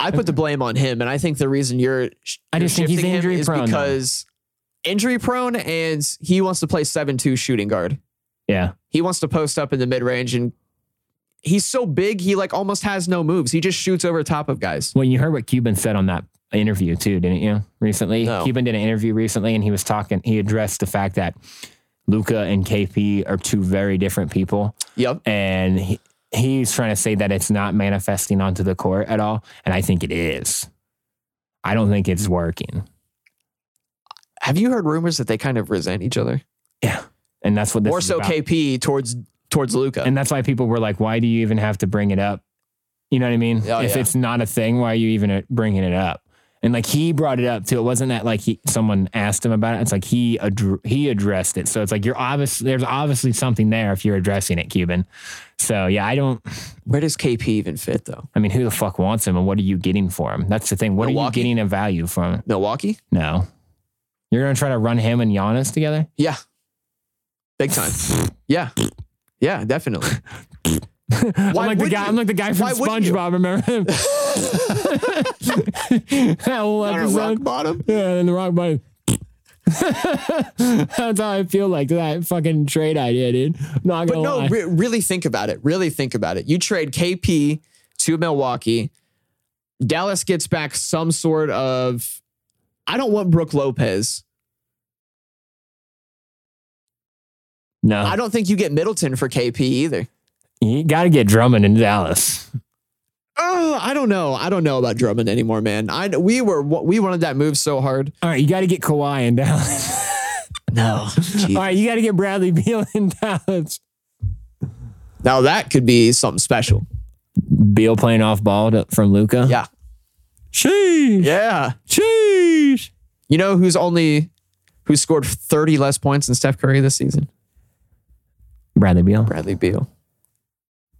[SPEAKER 5] I put the blame on him. And I think the reason you're, sh-
[SPEAKER 4] I
[SPEAKER 5] you're
[SPEAKER 4] just think he's
[SPEAKER 5] shifting him
[SPEAKER 4] injury
[SPEAKER 5] is
[SPEAKER 4] prone, though.
[SPEAKER 5] because injury prone and he wants to play 7 2 shooting guard.
[SPEAKER 4] Yeah.
[SPEAKER 5] He wants to post up in the mid range and he's so big, he like almost has no moves. He just shoots over top of guys.
[SPEAKER 4] Well, you heard what Cuban said on that interview too, didn't you? Recently,
[SPEAKER 5] No.
[SPEAKER 4] Cuban did an interview recently, and he was talking. He addressed the fact that Luca and KP are two very different people,
[SPEAKER 5] Yep.
[SPEAKER 4] and he, he's trying to say that it's not manifesting onto the court at all. And I think it is. I don't think it's working,
[SPEAKER 5] Have you heard rumors that they kind of resent each other?
[SPEAKER 4] and that's what this
[SPEAKER 5] More
[SPEAKER 4] is
[SPEAKER 5] so
[SPEAKER 4] about.
[SPEAKER 5] KP towards towards Luca.
[SPEAKER 4] And that's why people were like, "Why do you even have to bring it up?" You know what I mean?
[SPEAKER 5] Oh,
[SPEAKER 4] if
[SPEAKER 5] yeah.
[SPEAKER 4] it's not a thing, why are you even uh, bringing it up? And like he brought it up too. It wasn't that like he someone asked him about it. It's like he addr- he addressed it. So it's like you're obvious. There's obviously something there if you're addressing it, Cuban. So yeah, I don't.
[SPEAKER 5] Where does KP even fit though?
[SPEAKER 4] I mean, who the fuck wants him, and what are you getting for him? That's the thing. What are
[SPEAKER 5] Milwaukee?
[SPEAKER 4] you getting a value from? him?
[SPEAKER 5] Milwaukee?
[SPEAKER 4] No, you're gonna try to run him and Giannis together.
[SPEAKER 5] Yeah. Big time. Yeah. Yeah, definitely.
[SPEAKER 4] I'm like the
[SPEAKER 5] would
[SPEAKER 4] guy.
[SPEAKER 5] you?
[SPEAKER 4] I'm like the guy from
[SPEAKER 5] Why would you?
[SPEAKER 4] SpongeBob. Remember him? that whole
[SPEAKER 5] Or rock
[SPEAKER 4] episode.
[SPEAKER 5] bottom.
[SPEAKER 4] Yeah, and the rock button. That's how I feel like that fucking trade idea, dude. I'm not
[SPEAKER 5] But
[SPEAKER 4] gonna
[SPEAKER 5] no,
[SPEAKER 4] lie.
[SPEAKER 5] re- really think about it. Really think about it. You trade KP to Milwaukee. Dallas gets back some sort of. I don't want Brooke Lopez.
[SPEAKER 4] no,
[SPEAKER 5] I don't think you get Middleton for KP either.
[SPEAKER 4] you got to get Drummond in Dallas.
[SPEAKER 5] Oh, I don't know. I don't know about Drummond anymore, man. I we were we wanted that move so hard.
[SPEAKER 4] All right, you got to get Kawhi in Dallas.
[SPEAKER 5] No,
[SPEAKER 4] All right, you got to get Bradley Beal in Dallas.
[SPEAKER 5] now that could be something special.
[SPEAKER 4] Beal playing off ball to, from Luca.
[SPEAKER 5] Yeah,
[SPEAKER 4] Sheesh.
[SPEAKER 5] yeah.
[SPEAKER 4] Sheesh.
[SPEAKER 5] You know who's only who scored thirty less points than Steph Curry this season?
[SPEAKER 4] Bradley Beal.
[SPEAKER 5] Bradley Beal.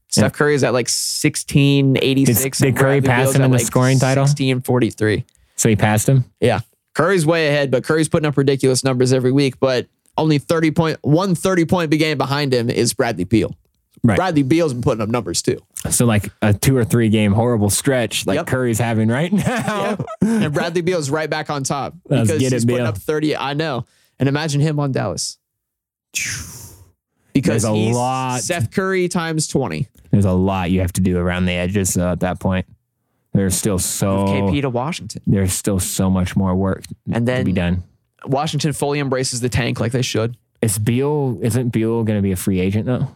[SPEAKER 5] Steph Curry is at like 16, 86.
[SPEAKER 4] Did- did
[SPEAKER 5] and
[SPEAKER 4] Curry
[SPEAKER 5] Bradley
[SPEAKER 4] pass
[SPEAKER 5] Beal's
[SPEAKER 4] him
[SPEAKER 5] at
[SPEAKER 4] in the scoring title?
[SPEAKER 5] 16, 43.
[SPEAKER 4] So he passed him.
[SPEAKER 5] Yeah. Curry's way ahead, but Curry's putting up ridiculous numbers every week, but only 30 point, one 30 point big game behind him is Bradley Beal.
[SPEAKER 4] Right.
[SPEAKER 5] Bradley Beal's been putting up numbers too.
[SPEAKER 4] So like a two or three game horrible stretch like
[SPEAKER 5] Yep.
[SPEAKER 4] Curry's having right now.
[SPEAKER 5] and Bradley Beal's right back on top
[SPEAKER 4] Let's
[SPEAKER 5] because
[SPEAKER 4] get it,
[SPEAKER 5] he's putting
[SPEAKER 4] Beal.
[SPEAKER 5] up 30. I know. And imagine him on Dallas. Because
[SPEAKER 4] There's a
[SPEAKER 5] he's
[SPEAKER 4] lot.
[SPEAKER 5] Seth Curry times 20.
[SPEAKER 4] There's a lot you have to do around the edges uh, at that point. There's still so
[SPEAKER 5] KP to Washington.
[SPEAKER 4] there's still so much more work
[SPEAKER 5] And
[SPEAKER 4] to be
[SPEAKER 5] then
[SPEAKER 4] done.
[SPEAKER 5] Washington fully embraces the tank like they should.
[SPEAKER 4] Is Beal isn't Beal going to be a free agent though?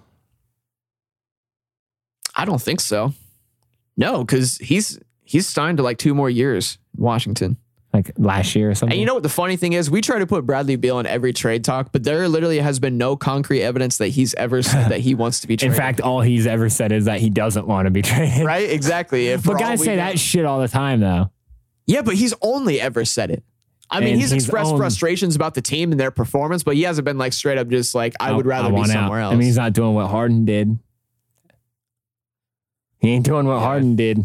[SPEAKER 5] I don't think so. No, because he's he's signed to like two more years, Washington.
[SPEAKER 4] Like last year or something.
[SPEAKER 5] And you know what the funny thing is? We try to put Bradley Beal in every trade talk, but there literally has been no concrete evidence that he's ever said that he wants to be
[SPEAKER 4] in
[SPEAKER 5] traded.
[SPEAKER 4] fact, all he's ever said is that he doesn't want to be traded.
[SPEAKER 5] right? Exactly. If
[SPEAKER 4] But
[SPEAKER 5] for all
[SPEAKER 4] guys
[SPEAKER 5] we
[SPEAKER 4] say
[SPEAKER 5] know-
[SPEAKER 4] that shit all the time though.
[SPEAKER 5] Yeah, but he's only ever said it. I mean,
[SPEAKER 4] And
[SPEAKER 5] he's,
[SPEAKER 4] he's
[SPEAKER 5] expressed
[SPEAKER 4] owned-
[SPEAKER 5] frustrations about the team and their performance, but he hasn't been like straight up just like I would rather be
[SPEAKER 4] want out.
[SPEAKER 5] somewhere else.
[SPEAKER 4] Oh, I mean, he's not doing what Harden did. He ain't doing what Harden did.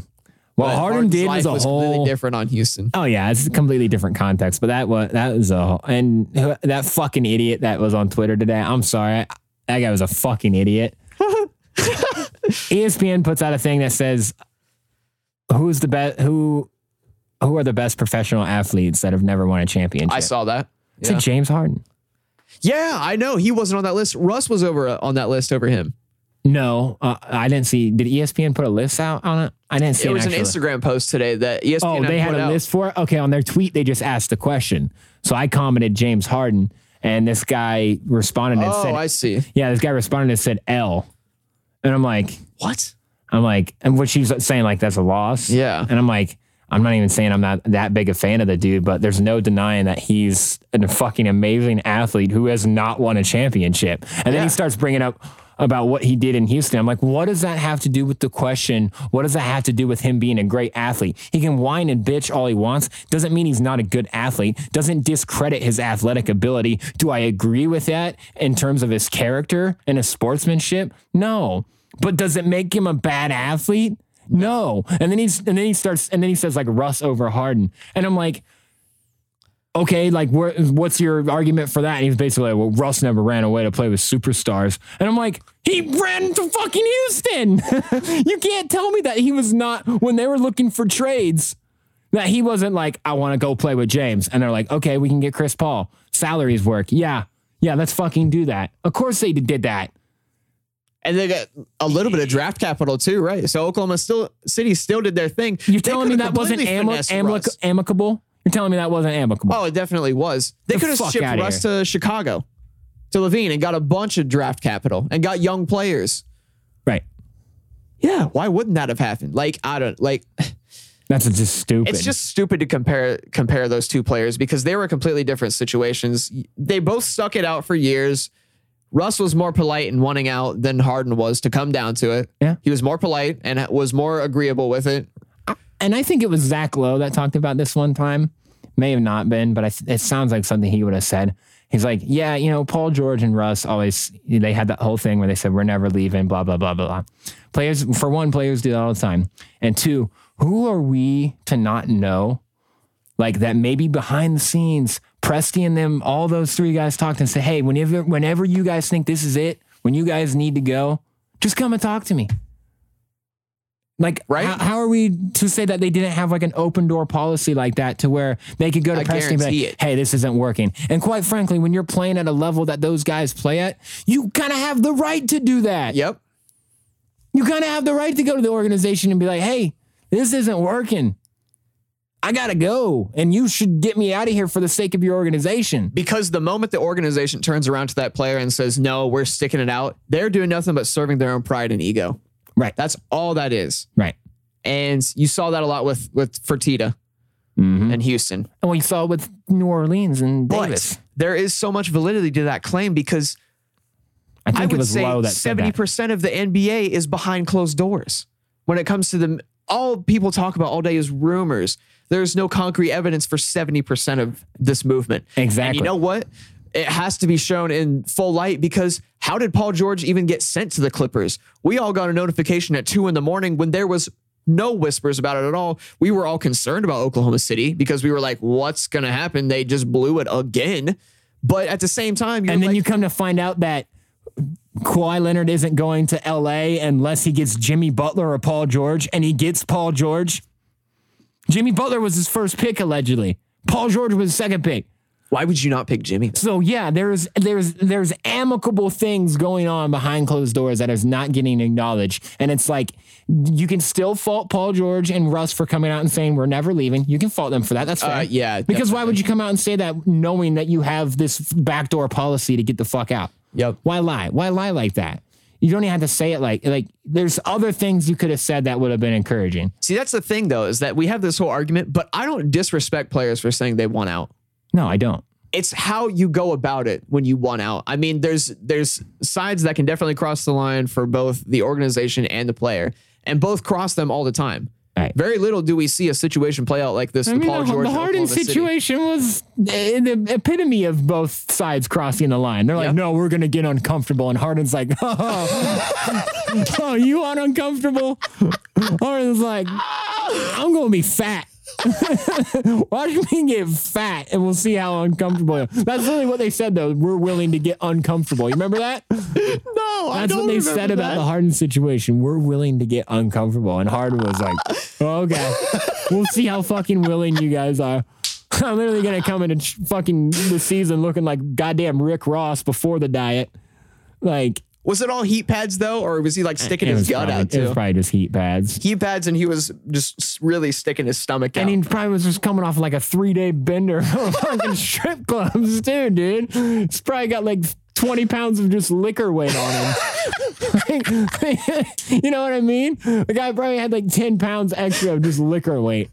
[SPEAKER 4] What
[SPEAKER 5] But
[SPEAKER 4] Harden
[SPEAKER 5] Harden's
[SPEAKER 4] did
[SPEAKER 5] life
[SPEAKER 4] was a
[SPEAKER 5] was
[SPEAKER 4] whole
[SPEAKER 5] completely different on Houston.
[SPEAKER 4] Oh yeah, it's a completely different context. But that was that was a and who- that fucking idiot that was on Twitter today. I'm sorry, that guy was a fucking idiot. E ESPN puts out a thing that says, "Who's the best? Who, who are the best professional athletes that have never won a championship?"
[SPEAKER 5] I saw that.
[SPEAKER 4] It's like James Harden.
[SPEAKER 5] Yeah, I know he wasn't on that list. Russ was over uh, on that list over him.
[SPEAKER 4] No, uh, I didn't see. Did E ESPN put a list out on it? I didn't see.
[SPEAKER 5] It was an
[SPEAKER 4] actual-
[SPEAKER 5] Instagram post today that E ESPN.
[SPEAKER 4] Oh, they had
[SPEAKER 5] put
[SPEAKER 4] a
[SPEAKER 5] out.
[SPEAKER 4] list for it? Okay, on their tweet, they just asked the question. So I commented James Harden, and this guy responded and
[SPEAKER 5] Oh,
[SPEAKER 4] said,
[SPEAKER 5] I see.
[SPEAKER 4] Yeah, this guy responded and said L. And I'm like,
[SPEAKER 5] What?
[SPEAKER 4] I'm like, and what she's saying, like, that's a loss.
[SPEAKER 5] Yeah.
[SPEAKER 4] And I'm like, I'm not even saying I'm not that big a fan of the dude, but there's no denying that he's a fucking amazing athlete who has not won a championship. And then
[SPEAKER 5] Yeah.
[SPEAKER 4] he starts bringing up about what he did in Houston. I'm like, what does that have to do with the question? What does that have to do with him being a great athlete? He can whine and bitch all he wants. Doesn't mean he's not a good athlete. Doesn't discredit his athletic ability. Do I agree with that in terms of his character and his sportsmanship? No. But does it make him a bad athlete? No. And then he's and then he starts and then he says like Russ over Harden. And I'm like, okay, like where, what's your argument for that? And he's basically like, well, Russ never ran away to play with superstars. And I'm like, he ran to fucking Houston. you can't tell me that he was not when they were looking for trades. That he wasn't like, I want to go play with James. And they're like, okay, we can get Chris Paul. Salaries work. Yeah. Yeah, let's fucking do that. Of course they did that.
[SPEAKER 5] And they got a little bit of draft capital too, right? So Oklahoma still City still did their thing.
[SPEAKER 4] You're
[SPEAKER 5] They
[SPEAKER 4] telling me
[SPEAKER 5] could've
[SPEAKER 4] that wasn't
[SPEAKER 5] completely
[SPEAKER 4] ami-
[SPEAKER 5] finessed
[SPEAKER 4] ami-
[SPEAKER 5] Russ.
[SPEAKER 4] amicable? You're telling me that wasn't amicable?
[SPEAKER 5] Oh, it definitely was. They
[SPEAKER 4] The
[SPEAKER 5] could have
[SPEAKER 4] fuck
[SPEAKER 5] shipped
[SPEAKER 4] outta
[SPEAKER 5] Russ to Chicago, to Levine, and got a bunch of draft capital and got young players.
[SPEAKER 4] Right.
[SPEAKER 5] Yeah, why wouldn't that have happened? Like I don't like.
[SPEAKER 4] That's just stupid.
[SPEAKER 5] It's just stupid to compare compare those two players because they were completely different situations. They both stuck it out for years. Russ was more polite in wanting out than Harden was to come down to it.
[SPEAKER 4] Yeah.
[SPEAKER 5] He was more polite and was more agreeable with it.
[SPEAKER 4] and I think it was Zach Lowe that talked about this one time. May have not been, but I, it sounds like something he would have said. He's like, yeah, you know, Paul George and Russ always they had that whole thing where they said we're never leaving, blah blah blah blah blah. Players, for one, players do that all the time, and two, who are we to not know like that maybe behind the scenes, Presti and them, all those three guys talked and said, Hey, whenever whenever you guys think this is it, when you guys need to go, just come and talk to me. Like,
[SPEAKER 5] Right?
[SPEAKER 4] How, how are we to say that they didn't have like an open door policy like that to where they could go to
[SPEAKER 5] I
[SPEAKER 4] press and be like,
[SPEAKER 5] guarantee it.
[SPEAKER 4] "Hey, this isn't working." And quite frankly, when you're playing at a level that those guys play at, you kind of have the right to do that.
[SPEAKER 5] Yep.
[SPEAKER 4] You kind of have the right to go to the organization and be like, "Hey, this isn't working. I gotta go, and you should get me out of here for the sake of your organization."
[SPEAKER 5] Because the moment the organization turns around to that player and says, no, we're sticking it out, they're doing nothing but serving their own pride and ego.
[SPEAKER 4] Right.
[SPEAKER 5] That's all that is.
[SPEAKER 4] Right.
[SPEAKER 5] And you saw that a lot with with Fertitta and Houston.
[SPEAKER 4] And what you saw with New Orleans and Mm. Davis,
[SPEAKER 5] But there is so much validity to that claim because
[SPEAKER 4] I think
[SPEAKER 5] I
[SPEAKER 4] it
[SPEAKER 5] would
[SPEAKER 4] was
[SPEAKER 5] say
[SPEAKER 4] low that said
[SPEAKER 5] seventy
[SPEAKER 4] that.
[SPEAKER 5] percent of the NBA is behind closed doors. When it comes to the all people talk about all day is rumors. There's no concrete evidence for seventy percent of this movement. And
[SPEAKER 4] Exactly.
[SPEAKER 5] you know what? It has to be shown in full light because how did Paul George even get sent to the Clippers? We all got a notification at two in the morning when there was no whispers about it at all. We were all concerned about Oklahoma City because we were like, what's going to happen? They just blew it again. But at the same time, you're
[SPEAKER 4] and then
[SPEAKER 5] like,
[SPEAKER 4] you come to find out that Kawhi Leonard isn't going to LA unless he gets Jimmy Butler or Paul George, and he gets Paul George. Jimmy Butler was his first pick allegedly. Paul George was his second pick.
[SPEAKER 5] why would you not pick Jimmy?
[SPEAKER 4] So yeah, there's there's there's amicable things going on behind closed doors that is not getting acknowledged, and it's like you can still fault Paul George and Russ for coming out and saying we're never leaving. You can fault them for that. That's fair.
[SPEAKER 5] Uh, yeah,
[SPEAKER 4] because why would you come out and say that knowing that you have this backdoor policy to get the fuck out?
[SPEAKER 5] Yep.
[SPEAKER 4] Why lie? Why lie like that? You don't even have to say it like like. There's other things you could have said that would have been encouraging.
[SPEAKER 5] See, that's the thing though, is that we have this whole argument, but I don't disrespect players for saying they want out.
[SPEAKER 4] No, I don't.
[SPEAKER 5] It's how you go about it when you want out. I mean, there's there's sides that can definitely cross the line for both the organization and the player, and both cross them all the time.
[SPEAKER 4] Right.
[SPEAKER 5] Very little do we see a situation play out like this.
[SPEAKER 4] I
[SPEAKER 5] the
[SPEAKER 4] mean,
[SPEAKER 5] Paul
[SPEAKER 4] the,
[SPEAKER 5] George,
[SPEAKER 4] the
[SPEAKER 5] and
[SPEAKER 4] Harden
[SPEAKER 5] Oklahoma City.
[SPEAKER 4] situation was uh, the epitome of both sides crossing the line. They're like,
[SPEAKER 5] Yeah.
[SPEAKER 4] no, we're going to get uncomfortable. And Harden's like, oh, oh, you aren't uncomfortable? Harden's like, I'm going to be fat. Watch me get fat and we'll see how uncomfortable. I am." That's really what they said, though. We're willing to get uncomfortable. You remember that?
[SPEAKER 5] No, Oh, I
[SPEAKER 4] That's
[SPEAKER 5] don't
[SPEAKER 4] what they
[SPEAKER 5] remember
[SPEAKER 4] said about
[SPEAKER 5] that.
[SPEAKER 4] the Harden situation. We're willing to get uncomfortable. And Harden was like, "Oh, okay, we'll see how fucking willing you guys are. I'm literally going to come into ch- fucking the season looking like goddamn Rick Ross before the diet. Like,
[SPEAKER 5] Was it all heat pads though, or was he like sticking
[SPEAKER 4] it
[SPEAKER 5] his
[SPEAKER 4] was,
[SPEAKER 5] gut
[SPEAKER 4] probably,
[SPEAKER 5] out
[SPEAKER 4] it was
[SPEAKER 5] too?
[SPEAKER 4] probably just heat pads.
[SPEAKER 5] Heat pads, and he was just really sticking his stomach out.
[SPEAKER 4] And he probably was just coming off like a three day bender from fucking strip clubs, too, dude. He's probably got like 20 pounds of just liquor weight on him. Like, you know what I mean? The guy probably had like 10 pounds extra of just liquor weight.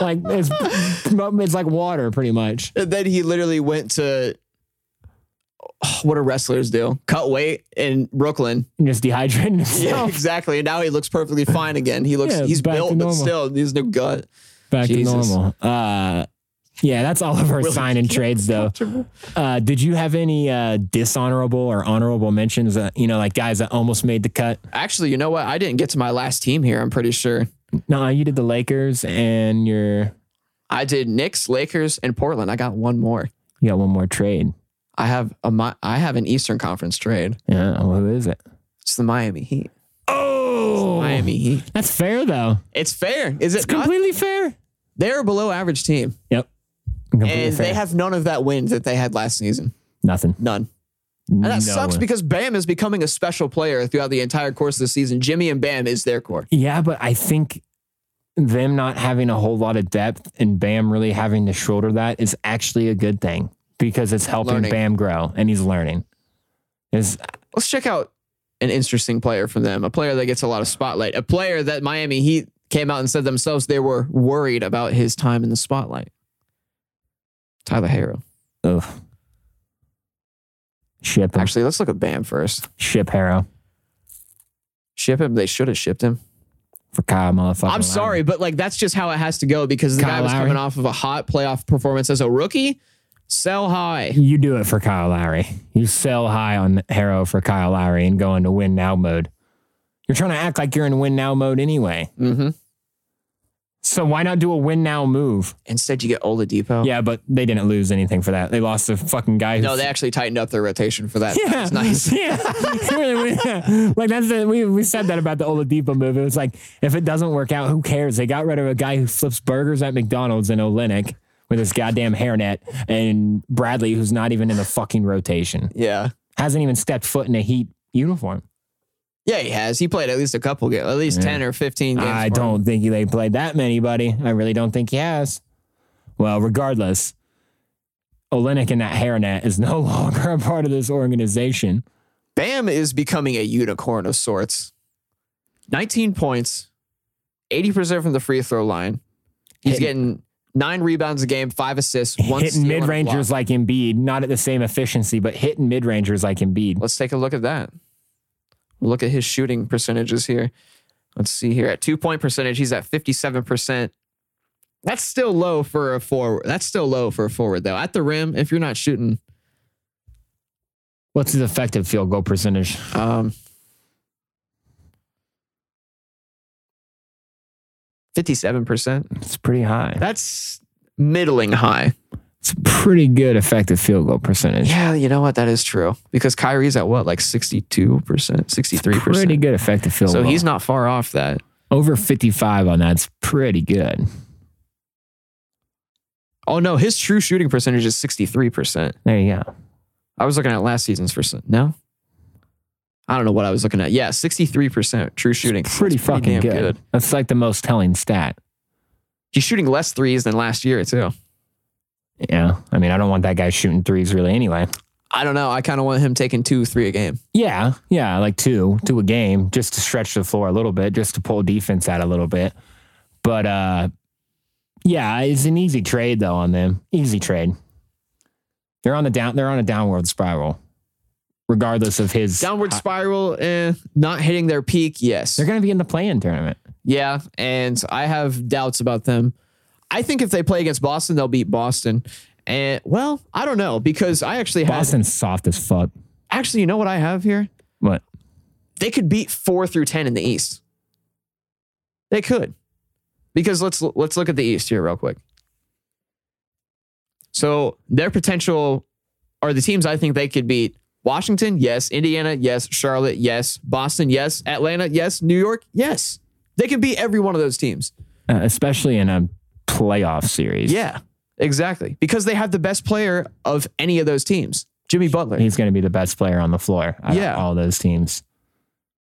[SPEAKER 4] Like, it's, it's like water, pretty much.
[SPEAKER 5] And then he literally went to what do wrestlers do? Cut weight in Brooklyn.
[SPEAKER 4] And just dehydrating
[SPEAKER 5] Yeah,
[SPEAKER 4] himself
[SPEAKER 5] exactly. And now he looks perfectly fine again. He looks
[SPEAKER 4] Yeah,
[SPEAKER 5] he's
[SPEAKER 4] back to
[SPEAKER 5] built, but
[SPEAKER 4] normal.
[SPEAKER 5] still he's no gut.
[SPEAKER 4] back
[SPEAKER 5] Jesus.
[SPEAKER 4] to normal. Uh, yeah, that's all of our sign and trades, though. Uh, did you have any uh, dishonorable or honorable mentions? Uh, you know, like guys that almost made the cut?
[SPEAKER 5] Actually, you know what? I didn't get to my last team here. I'm pretty sure
[SPEAKER 4] No, you did the Lakers and your
[SPEAKER 5] I did Knicks, Lakers, and Portland. I got one more.
[SPEAKER 4] you got one more trade.
[SPEAKER 5] I have a Mi- I have an Eastern Conference trade.
[SPEAKER 4] Yeah, well, who is it?
[SPEAKER 5] It's the Miami Heat.
[SPEAKER 4] Oh,
[SPEAKER 5] Miami Heat.
[SPEAKER 4] That's fair though.
[SPEAKER 5] It's fair. Is it
[SPEAKER 4] It's
[SPEAKER 5] not?
[SPEAKER 4] completely fair.
[SPEAKER 5] They're a below average team,
[SPEAKER 4] Yep. Completely
[SPEAKER 5] and
[SPEAKER 4] fair.
[SPEAKER 5] they have none of that wind that they had last season.
[SPEAKER 4] nothing.
[SPEAKER 5] None.
[SPEAKER 4] No
[SPEAKER 5] And that sucks
[SPEAKER 4] one.
[SPEAKER 5] because Bam is becoming a special player throughout the entire course of the season. Jimmy and Bam is their core.
[SPEAKER 4] yeah, but I think them not having a whole lot of depth and Bam really having to shoulder that is actually a good thing because it's helping
[SPEAKER 5] Learning.
[SPEAKER 4] Bam grow and he's learning. Is
[SPEAKER 5] Let's check out an interesting player from them, a player that gets a lot of spotlight, a player that Miami Heat came out and said themselves they were worried about his time in the spotlight. Tyler Harrow.
[SPEAKER 4] ugh. ship him.
[SPEAKER 5] Actually, let's look at Bam first.
[SPEAKER 4] ship Harrow
[SPEAKER 5] Ship him. They should have shipped him.
[SPEAKER 4] for Kyle motherfucker.
[SPEAKER 5] I'm sorry, but like that's just how it has to go because the
[SPEAKER 4] Kyle
[SPEAKER 5] guy was
[SPEAKER 4] Lowry.
[SPEAKER 5] coming off of a hot playoff performance as a rookie. Sell high.
[SPEAKER 4] You do it for Kyle Lowry. You sell high on Harrow for Kyle Lowry and go into win now mode. You're trying to act like you're in win now mode anyway.
[SPEAKER 5] Mm-hmm.
[SPEAKER 4] So why not do a win now move?
[SPEAKER 5] Instead, you get Oladipo.
[SPEAKER 4] Yeah, but they didn't lose anything for that. They lost the fucking guy. Who
[SPEAKER 5] No, they actually tightened up their rotation for that.
[SPEAKER 4] Yeah,
[SPEAKER 5] That was nice.
[SPEAKER 4] Yeah, It really- yeah. like that's the, we we said that about the Oladipo move. It was like if it doesn't work out, who cares? They got rid of a guy who flips burgers at McDonald's in Olenek with his goddamn hairnet, and Bradley, who's not even in the fucking rotation,
[SPEAKER 5] Yeah.
[SPEAKER 4] hasn't even stepped foot in a Heat uniform.
[SPEAKER 5] Yeah, he has. He played at least a couple games, at least 10 or 15 games.
[SPEAKER 4] I
[SPEAKER 5] for him.
[SPEAKER 4] don't think they played that many, buddy. I really don't think he has. Well, regardless, Olenek and that hairnet is no longer a part of this organization.
[SPEAKER 5] Bam is becoming a unicorn of sorts. 19 points, 80% from the free throw line. He's
[SPEAKER 4] Hitting-
[SPEAKER 5] getting nine rebounds a game, five assists, one
[SPEAKER 4] hitting
[SPEAKER 5] steal and
[SPEAKER 4] mid
[SPEAKER 5] a
[SPEAKER 4] rangers
[SPEAKER 5] block.
[SPEAKER 4] like Embiid, not at the same efficiency, but hitting mid rangers like Embiid.
[SPEAKER 5] Let's take a look at that. Look at his shooting percentages here. Let's see here. At two point percentage, he's at 57%. That's still low for a forward. That's still low for a forward, though. At the rim, if you're not shooting,
[SPEAKER 4] What's his effective field goal percentage?
[SPEAKER 5] um, 57%.
[SPEAKER 4] It's pretty high.
[SPEAKER 5] That's middling high.
[SPEAKER 4] It's pretty good effective field goal percentage.
[SPEAKER 5] Yeah, you know what? That is true. Because Kyrie's at what, like 62%, 63%.
[SPEAKER 4] Pretty good effective field
[SPEAKER 5] so
[SPEAKER 4] goal.
[SPEAKER 5] he's not far off that.
[SPEAKER 4] over 55 on that. It's pretty good.
[SPEAKER 5] Oh no, his true shooting percentage is 63%.
[SPEAKER 4] There you go.
[SPEAKER 5] I was looking at last season's percent. No? I don't know what I was looking at. Yeah, 63% true shooting.
[SPEAKER 4] It's pretty
[SPEAKER 5] That's
[SPEAKER 4] fucking
[SPEAKER 5] damn
[SPEAKER 4] good. That's like the most telling stat.
[SPEAKER 5] He's shooting less threes than last year, too.
[SPEAKER 4] Yeah. I mean, I don't want that guy shooting threes really anyway.
[SPEAKER 5] I don't know. I kind of want him taking two, three a game.
[SPEAKER 4] Yeah. Yeah. Like two, two a game just to stretch the floor a little bit, just to pull defense out a little bit. But uh yeah, it's an easy trade though on them. Easy trade. They're on the down they're on a downward spiral. Regardless of his
[SPEAKER 5] Downward spiral, eh, not hitting their peak, yes.
[SPEAKER 4] They're gonna be in the play in tournament.
[SPEAKER 5] Yeah, and I have doubts about them. I think if they play against Boston, they'll beat Boston. And well, I don't know because I actually have
[SPEAKER 4] Boston's soft as fuck.
[SPEAKER 5] actually, you know what I have here?
[SPEAKER 4] What?
[SPEAKER 5] They could beat 4 through 10 in the East. They could. Because let's let's look at the East here real quick. So, their potential are the teams I think they could beat. Washington, yes. Indiana, yes. Charlotte, yes. Boston, yes. Atlanta, yes. New York, yes. They could beat every one of those teams.
[SPEAKER 4] Uh, especially in a playoff series.
[SPEAKER 5] Yeah, exactly. Because they have the best player of any of those teams, Jimmy Butler.
[SPEAKER 4] He's gonna be the best player on the floor. out of
[SPEAKER 5] Yeah.
[SPEAKER 4] All those teams.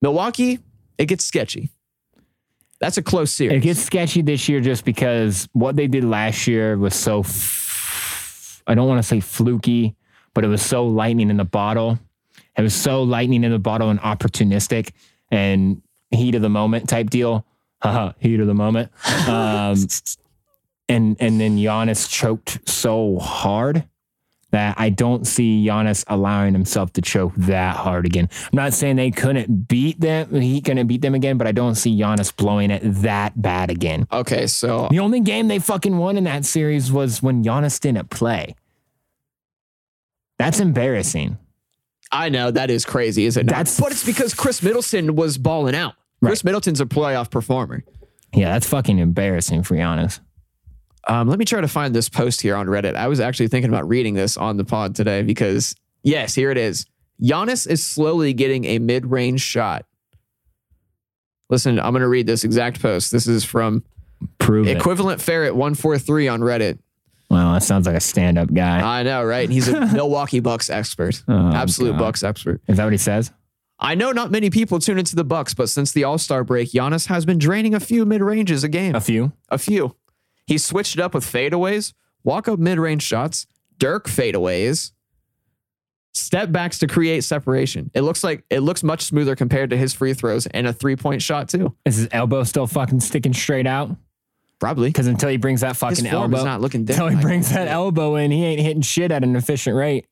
[SPEAKER 5] Milwaukee, it gets sketchy. That's a close series.
[SPEAKER 4] It gets sketchy this year just because what they did last year was so, f- I don't want to say fluky, but it was so lightning in the bottle. It was so lightning in the bottle and opportunistic and heat of the moment type deal. Haha, heat of the moment. Um, and and then Giannis choked so hard that I don't see Giannis allowing himself to choke that hard again. I'm not saying they couldn't beat them, he couldn't beat them again, but I don't see Giannis blowing it that bad again.
[SPEAKER 5] okay, so
[SPEAKER 4] The only game they fucking won in that series was when Giannis didn't play. That's embarrassing.
[SPEAKER 5] I know that is crazy, is it? not?
[SPEAKER 4] That's-
[SPEAKER 5] but it's because Chris Middleton was balling out. Chris Middleton's a playoff performer.
[SPEAKER 4] Yeah, that's fucking embarrassing for Giannis.
[SPEAKER 5] Um, let me try to find this post here on Reddit. I was actually thinking about reading this on the pod today because, yes, here it is. Giannis is slowly getting a mid range shot. Listen, I'm going to read this exact post. This is from
[SPEAKER 4] Prove it.
[SPEAKER 5] Equivalent ferret 143 on Reddit.
[SPEAKER 4] Wow, that sounds like a stand up guy.
[SPEAKER 5] I know, right? And he's a Milwaukee Bucks expert.
[SPEAKER 4] Oh,
[SPEAKER 5] Absolute
[SPEAKER 4] God.
[SPEAKER 5] Bucks expert.
[SPEAKER 4] Is that what he says?
[SPEAKER 5] I know not many people tune into the Bucks, but since the All-Star break, Giannis has been draining a few mid-ranges a game.
[SPEAKER 4] A few.
[SPEAKER 5] A few. He switched it up with fadeaways, walk-up mid-range shots, Dirk fadeaways, step backs to create separation. It looks like it looks much smoother compared to his free throws and a three-point shot too.
[SPEAKER 4] Is his elbow still fucking sticking straight out?
[SPEAKER 5] Probably.
[SPEAKER 4] Because until he brings that
[SPEAKER 5] His
[SPEAKER 4] fucking
[SPEAKER 5] form
[SPEAKER 4] elbow,
[SPEAKER 5] is not looking
[SPEAKER 4] until
[SPEAKER 5] different.
[SPEAKER 4] he
[SPEAKER 5] like-
[SPEAKER 4] brings that elbow in, he ain't hitting shit at an efficient rate.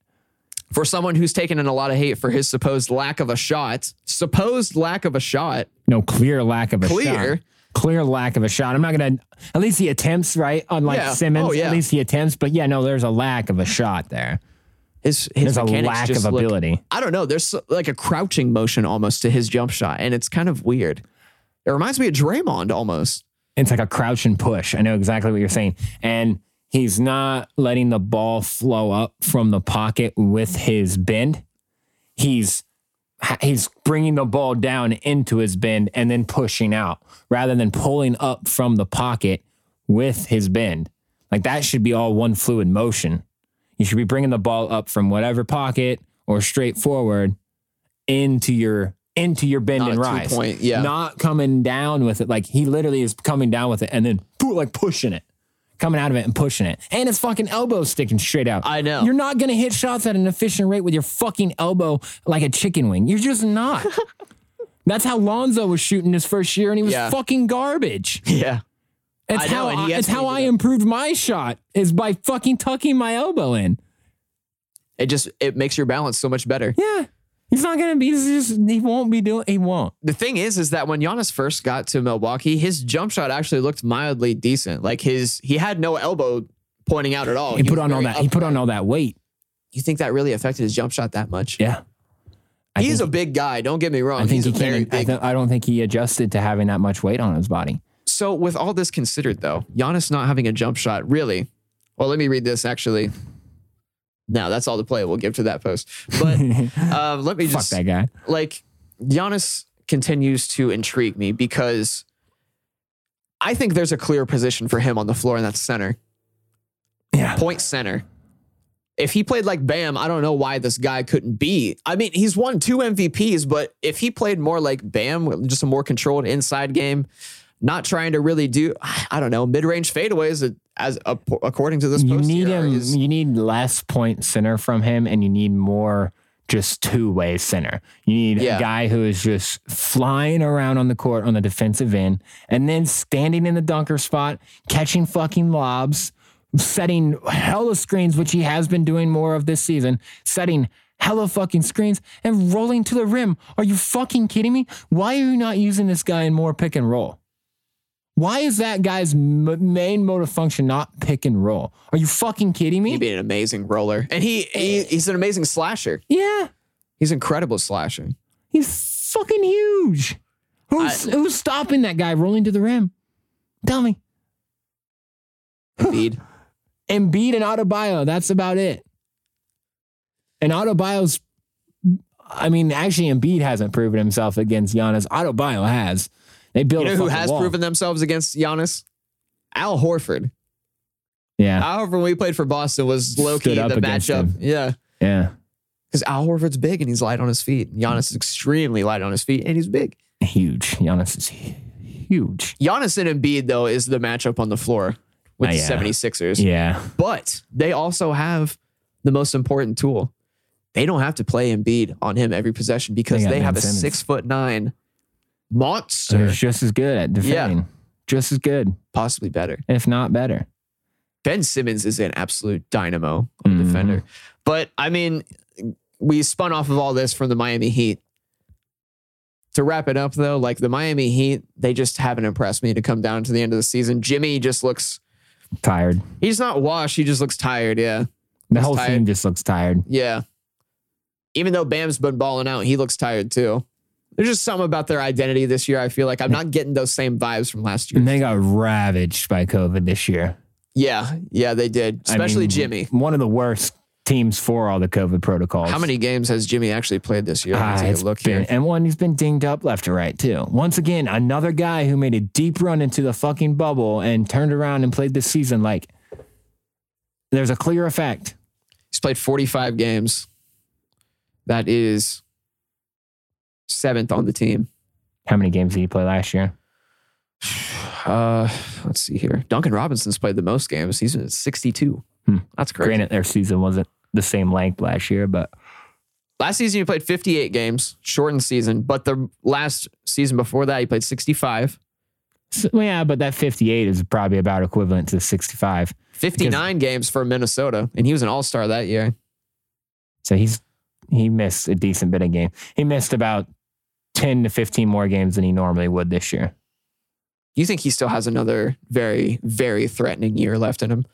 [SPEAKER 5] for someone who's taken in a lot of hate for his supposed lack of a shot, supposed lack of a shot,
[SPEAKER 4] No clear lack of a
[SPEAKER 5] Clear.
[SPEAKER 4] shot. Clear lack of a shot. I'm not gonna. At least he attempts, right? Unlike
[SPEAKER 5] Yeah.
[SPEAKER 4] Simmons,
[SPEAKER 5] Oh, yeah.
[SPEAKER 4] at least he attempts. But yeah, no, there's a lack of a shot there.
[SPEAKER 5] his his
[SPEAKER 4] There's a
[SPEAKER 5] mechanics
[SPEAKER 4] lack of
[SPEAKER 5] just look-
[SPEAKER 4] ability.
[SPEAKER 5] I don't know. There's like a crouching motion almost to his jump shot, and it's kind of weird. It reminds me of Draymond almost.
[SPEAKER 4] it's like a crouch and push. I know exactly what you're saying. And he's not letting the ball flow up from the pocket with his bend. He's he's bringing the ball down into his bend and then pushing out rather than pulling up from the pocket with his bend. Like that should be all one fluid motion. You should be bringing the ball up from whatever pocket or straight forward into your into your bend
[SPEAKER 5] Not
[SPEAKER 4] and
[SPEAKER 5] a
[SPEAKER 4] rise.
[SPEAKER 5] two-point, yeah.
[SPEAKER 4] Not coming down with it. Like he literally is coming down with it and then poo- like pushing it. Coming out of it and pushing it. And his fucking elbow sticking straight out.
[SPEAKER 5] I know.
[SPEAKER 4] You're not gonna hit shots at an efficient rate with your fucking elbow like a chicken wing. You're just not. That's how Lonzo was shooting his first year and he was
[SPEAKER 5] Yeah.
[SPEAKER 4] fucking garbage.
[SPEAKER 5] Yeah.
[SPEAKER 4] It's
[SPEAKER 5] I know,
[SPEAKER 4] how
[SPEAKER 5] and
[SPEAKER 4] I,
[SPEAKER 5] he
[SPEAKER 4] it's
[SPEAKER 5] had to
[SPEAKER 4] how
[SPEAKER 5] do
[SPEAKER 4] I
[SPEAKER 5] that.
[SPEAKER 4] improved my shot is by fucking tucking my elbow in.
[SPEAKER 5] It just it makes your balance so much better.
[SPEAKER 4] Yeah. He's not gonna be he's just he won't be doing he won't.
[SPEAKER 5] The thing is, is that when Giannis first got to Milwaukee, his jump shot actually looked mildly decent. Like his he had no elbow pointing out at all.
[SPEAKER 4] He, put
[SPEAKER 5] was
[SPEAKER 4] on all
[SPEAKER 5] very
[SPEAKER 4] that he put on all that weight.
[SPEAKER 5] You think that really affected his jump shot that much?
[SPEAKER 4] Yeah. I
[SPEAKER 5] he's
[SPEAKER 4] think,
[SPEAKER 5] a big guy. Don't get me wrong.
[SPEAKER 4] I think
[SPEAKER 5] he's
[SPEAKER 4] he
[SPEAKER 5] a very
[SPEAKER 4] came in, I,
[SPEAKER 5] big.
[SPEAKER 4] th- I don't think he adjusted to having that much weight on his body.
[SPEAKER 5] so with all this considered, though, Giannis not having a jump shot really. Well, let me read this actually. No, that's all the play we'll give to that post. But um, let me
[SPEAKER 4] Fuck
[SPEAKER 5] just
[SPEAKER 4] that guy.
[SPEAKER 5] like Giannis continues to intrigue me because I think there's a clear position for him on the floor, and that's center,
[SPEAKER 4] Yeah.
[SPEAKER 5] point center. If he played like Bam, I don't know why this guy couldn't be. I mean, he's won two MVPs, but if he played more like Bam, with just a more controlled inside game, not trying to really do, I don't know, mid range fadeaways uh, as a, according to this
[SPEAKER 4] You
[SPEAKER 5] post
[SPEAKER 4] need
[SPEAKER 5] here,
[SPEAKER 4] him
[SPEAKER 5] is-
[SPEAKER 4] you need less point center from him and you need more just two-way center. You need
[SPEAKER 5] Yeah.
[SPEAKER 4] a guy who is just flying around on the court on the defensive end and then standing in the dunker spot, catching fucking lobs, setting hella screens, which he has been doing more of this season, setting hella fucking screens and rolling to the rim. Are you fucking kidding me? Why are you not using this guy in more pick and roll? Why is that guy's m- main mode of function not pick and roll? Are you fucking kidding me?
[SPEAKER 5] he'd be an amazing roller, and he, he he's an amazing slasher.
[SPEAKER 4] yeah,
[SPEAKER 5] He's incredible slashing.
[SPEAKER 4] he's fucking huge. Who's who's stopping that guy rolling to the rim? Tell me.
[SPEAKER 5] Embiid.
[SPEAKER 4] Embiid and Autobio. That's about it. And Autobio's, I mean, actually, Embiid hasn't proven himself against Giannis. Autobio has. They built.
[SPEAKER 5] You know
[SPEAKER 4] a
[SPEAKER 5] who
[SPEAKER 4] fucking
[SPEAKER 5] has
[SPEAKER 4] wall.
[SPEAKER 5] proven themselves against Giannis? Al Horford.
[SPEAKER 4] Yeah,
[SPEAKER 5] Al Horford, when we played for Boston, was low key
[SPEAKER 4] Stood
[SPEAKER 5] the
[SPEAKER 4] up against
[SPEAKER 5] matchup.
[SPEAKER 4] him.
[SPEAKER 5] Yeah.
[SPEAKER 4] yeah.
[SPEAKER 5] Because Al Horford's big and he's light on his feet.
[SPEAKER 4] Mm-hmm.
[SPEAKER 5] Giannis is extremely light on his feet and he's big.
[SPEAKER 4] Huge. Giannis is hu- huge.
[SPEAKER 5] Giannis and Embiid, though, is the matchup on the floor with
[SPEAKER 4] Ah,
[SPEAKER 5] the
[SPEAKER 4] yeah.
[SPEAKER 5] 76ers.
[SPEAKER 4] Yeah.
[SPEAKER 5] But they also have the most important tool. They don't have to play Embiid on him every possession because
[SPEAKER 4] They
[SPEAKER 5] they,
[SPEAKER 4] got Ben
[SPEAKER 5] have a
[SPEAKER 4] Simmons. Oh,
[SPEAKER 5] six foot nine
[SPEAKER 4] So
[SPEAKER 5] monster,
[SPEAKER 4] he's just as good at defending. Just as good,
[SPEAKER 5] possibly better.
[SPEAKER 4] if not better.
[SPEAKER 5] Ben Simmons is an absolute dynamo of a
[SPEAKER 4] Mhm.
[SPEAKER 5] defender. But I mean, we spun off of all this from the Miami Heat. To wrap it up though, like the Miami Heat, they just haven't impressed me to come down to the end of the season. Jimmy just looks
[SPEAKER 4] Tired.
[SPEAKER 5] he's not washed, he just looks tired, yeah.
[SPEAKER 4] The
[SPEAKER 5] He's
[SPEAKER 4] whole
[SPEAKER 5] tired.
[SPEAKER 4] team just looks tired.
[SPEAKER 5] Yeah. Even though Bam's been balling out, he looks tired too. There's just something about their identity this year. I feel like I'm not getting those same vibes from last year.
[SPEAKER 4] And they got ravaged by COVID this year.
[SPEAKER 5] yeah, yeah, they did.
[SPEAKER 4] I
[SPEAKER 5] Especially
[SPEAKER 4] mean,
[SPEAKER 5] Jimmy.
[SPEAKER 4] One of the worst teams for all the COVID protocols.
[SPEAKER 5] How many games has Jimmy actually played this year? Let me
[SPEAKER 4] Ah,
[SPEAKER 5] take a
[SPEAKER 4] it's
[SPEAKER 5] look
[SPEAKER 4] been,
[SPEAKER 5] here.
[SPEAKER 4] And one, he's been dinged up left to right, too. Once again, another guy who made a deep run into the fucking bubble and turned around and played this season like there's a clear effect.
[SPEAKER 5] He's played 45 games. That is seventh on the team.
[SPEAKER 4] How many games did he play last year?
[SPEAKER 5] Uh, let's see here. Duncan Robinson's played the most games. He's at 62.
[SPEAKER 4] Hmm.
[SPEAKER 5] That's crazy.
[SPEAKER 4] Granted, their season wasn't the same length last year, but
[SPEAKER 5] Last season, he played 58 games, shortened season, but the last season before that, he played 65.
[SPEAKER 4] so, yeah, but that 58 is probably about equivalent to 65.
[SPEAKER 5] 59 games for Minnesota, and he was an all star that year.
[SPEAKER 4] So he's he missed a decent bit of game. He missed about 10 to 15 more games than he normally would this year.
[SPEAKER 5] You think he still has another very, very threatening year left in him?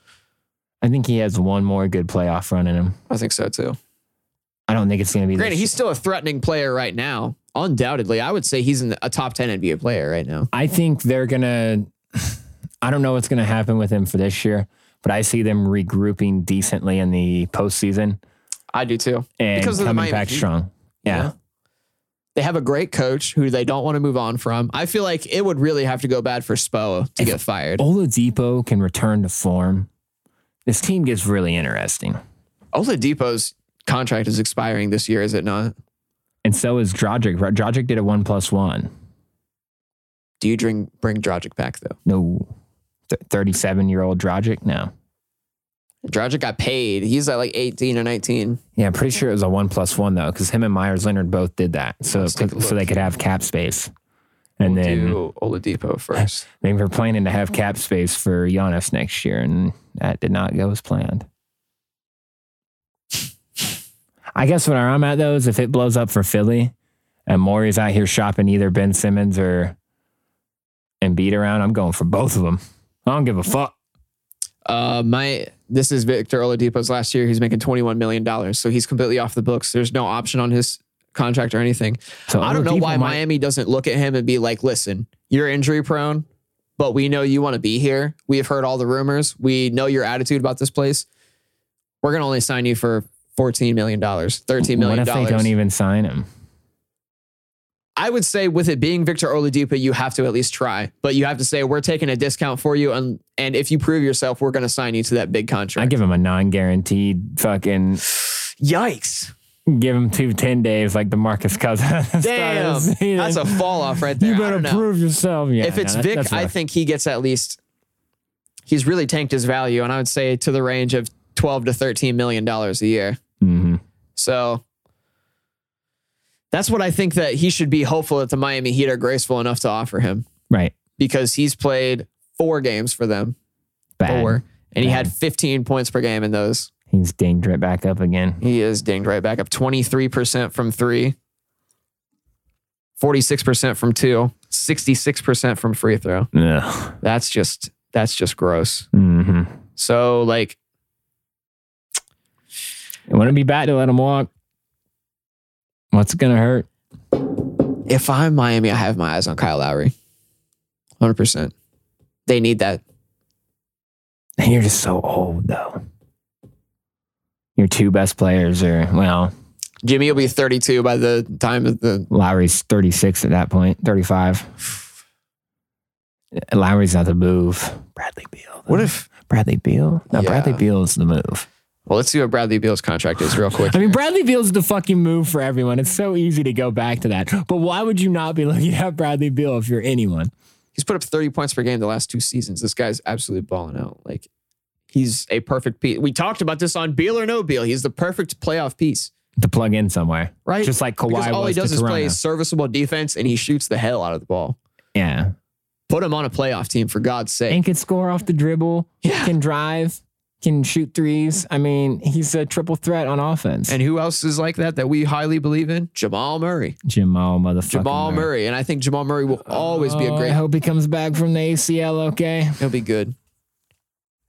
[SPEAKER 4] I think he has one more good playoff run in him.
[SPEAKER 5] I think so too.
[SPEAKER 4] I don't think it's going to be.
[SPEAKER 5] Granted,
[SPEAKER 4] this
[SPEAKER 5] he's still a threatening player right now. Undoubtedly, I would say he's in the- a top 10 NBA player right now.
[SPEAKER 4] I think they're gonna. I don't know what's going to happen with him for this year, but I see them regrouping decently in the postseason
[SPEAKER 5] I do too.
[SPEAKER 4] and
[SPEAKER 5] Because of the
[SPEAKER 4] coming
[SPEAKER 5] Miami
[SPEAKER 4] back
[SPEAKER 5] Heat.
[SPEAKER 4] strong. Yeah.
[SPEAKER 5] Yeah. They have a great coach who they don't want to move on from. I feel like it would really have to go bad for Spo to get fired.
[SPEAKER 4] Oladipo can return to form. This team gets really interesting.
[SPEAKER 5] Oladipo's contract is expiring this year, is it not?
[SPEAKER 4] And so is Drogic. Drogic did a one plus one.
[SPEAKER 5] Do you bring bring Dragic back though?
[SPEAKER 4] No. 37 year old Drogic? No.
[SPEAKER 5] Dragic got paid. He's at like 18 or 19.
[SPEAKER 4] Yeah, I'm pretty sure it was a one plus one though, because him and Myers Leonard both did that. So,
[SPEAKER 5] Let's take a
[SPEAKER 4] so they
[SPEAKER 5] look.
[SPEAKER 4] could have cap space. And
[SPEAKER 5] We'll
[SPEAKER 4] then
[SPEAKER 5] do Oladipo first.
[SPEAKER 4] they were planning to have cap space for Giannis next year, and that did not go as planned. I guess where I'm at though is if it blows up for Philly and Maury's out here shopping either Ben Simmons or Embiid around, I'm going for both of them. I don't give a fuck.
[SPEAKER 5] Uh, my this is Victor Oladipo's last year. He's making 21 million dollars, so he's completely off the books. There's no option on his contract or anything.
[SPEAKER 4] So
[SPEAKER 5] I don't know
[SPEAKER 4] Oladipo
[SPEAKER 5] why
[SPEAKER 4] might-
[SPEAKER 5] Miami doesn't look at him and be like, listen, you're injury prone, but we know you want to be here. We have heard all the rumors. We know your attitude about this place. We're going to only sign you for $14 million, $13
[SPEAKER 4] What
[SPEAKER 5] million.
[SPEAKER 4] if they don't even sign him?
[SPEAKER 5] I would say with it being Victor Oladipo, you have to at least try, but you have to say, we're taking a discount for you. And, and if you prove yourself, we're going to sign you to that big
[SPEAKER 4] I
[SPEAKER 5] contract.
[SPEAKER 4] give him a non-guaranteed fucking.
[SPEAKER 5] Yikes.
[SPEAKER 4] Give him two 10 days like the Marcus Cousins. at the start
[SPEAKER 5] Damn.
[SPEAKER 4] of the season.
[SPEAKER 5] That's a fall off right there.
[SPEAKER 4] you
[SPEAKER 5] I
[SPEAKER 4] better
[SPEAKER 5] don't know.
[SPEAKER 4] prove yourself. Yeah,
[SPEAKER 5] if it's
[SPEAKER 4] no, that-
[SPEAKER 5] Vic,
[SPEAKER 4] that's
[SPEAKER 5] I
[SPEAKER 4] rough.
[SPEAKER 5] think he gets at least he's really tanked his value, and I would say to the range of twelve to thirteen million dollars a year.
[SPEAKER 4] Mhm.
[SPEAKER 5] So that's what I think that he should be hopeful that the Miami Heat are graceful enough to offer him
[SPEAKER 4] Right.
[SPEAKER 5] because he's played four games for them,
[SPEAKER 4] Bad.
[SPEAKER 5] four, and he
[SPEAKER 4] Bad.
[SPEAKER 5] had fifteen points per game in those.
[SPEAKER 4] He's dinged right back up again.
[SPEAKER 5] He is dinged right back up twenty three percent from three. 46% from two, 66% from free throw.
[SPEAKER 4] Ugh.
[SPEAKER 5] That's just that's just gross.
[SPEAKER 4] hmm
[SPEAKER 5] So like
[SPEAKER 4] It wouldn't be bad to let him walk. What's it gonna hurt?
[SPEAKER 5] if I'm Miami, I have my eyes on Kyle Lowry. 100%. They need that.
[SPEAKER 4] And you're just so old though. Your two best players are well,
[SPEAKER 5] Jimmy will be 32 by the time of the
[SPEAKER 4] Lowry's 36 at that point, 35. Lowry's not the move. Bradley Beal.
[SPEAKER 5] What if
[SPEAKER 4] Bradley Beal? No,
[SPEAKER 5] Yeah.
[SPEAKER 4] Bradley Beal is the move.
[SPEAKER 5] Well, let's see what Bradley Beal's contract is real quick.
[SPEAKER 4] I mean, Bradley Beal's the fucking move for everyone. It's so easy to go back to that. But why would you not be looking at Bradley Beal if you're anyone?
[SPEAKER 5] he's put up 30 points per game the last two seasons. This guy's absolutely balling out. Like he's a perfect piece. We talked about this on Beal or no Beal. He's the perfect playoff piece.
[SPEAKER 4] To plug in somewhere.
[SPEAKER 5] Right.
[SPEAKER 4] Just like Kawhi
[SPEAKER 5] Because all
[SPEAKER 4] was
[SPEAKER 5] he does
[SPEAKER 4] to
[SPEAKER 5] is
[SPEAKER 4] Toronto.
[SPEAKER 5] play serviceable defense and he shoots the hell out of the ball.
[SPEAKER 4] Yeah.
[SPEAKER 5] Put him on a playoff team for God's sake.
[SPEAKER 4] And can score off the dribble,
[SPEAKER 5] Yeah.
[SPEAKER 4] can drive, can shoot threes. I mean, he's a triple threat on offense.
[SPEAKER 5] And who else is like that that we highly believe in? Jamal Murray.
[SPEAKER 4] Jamal motherfucker.
[SPEAKER 5] Jamal Murray, and I think Jamal Murray will always be a
[SPEAKER 4] Oh, I
[SPEAKER 5] great.
[SPEAKER 4] hope he comes back from the ACL okay.
[SPEAKER 5] He'll be good.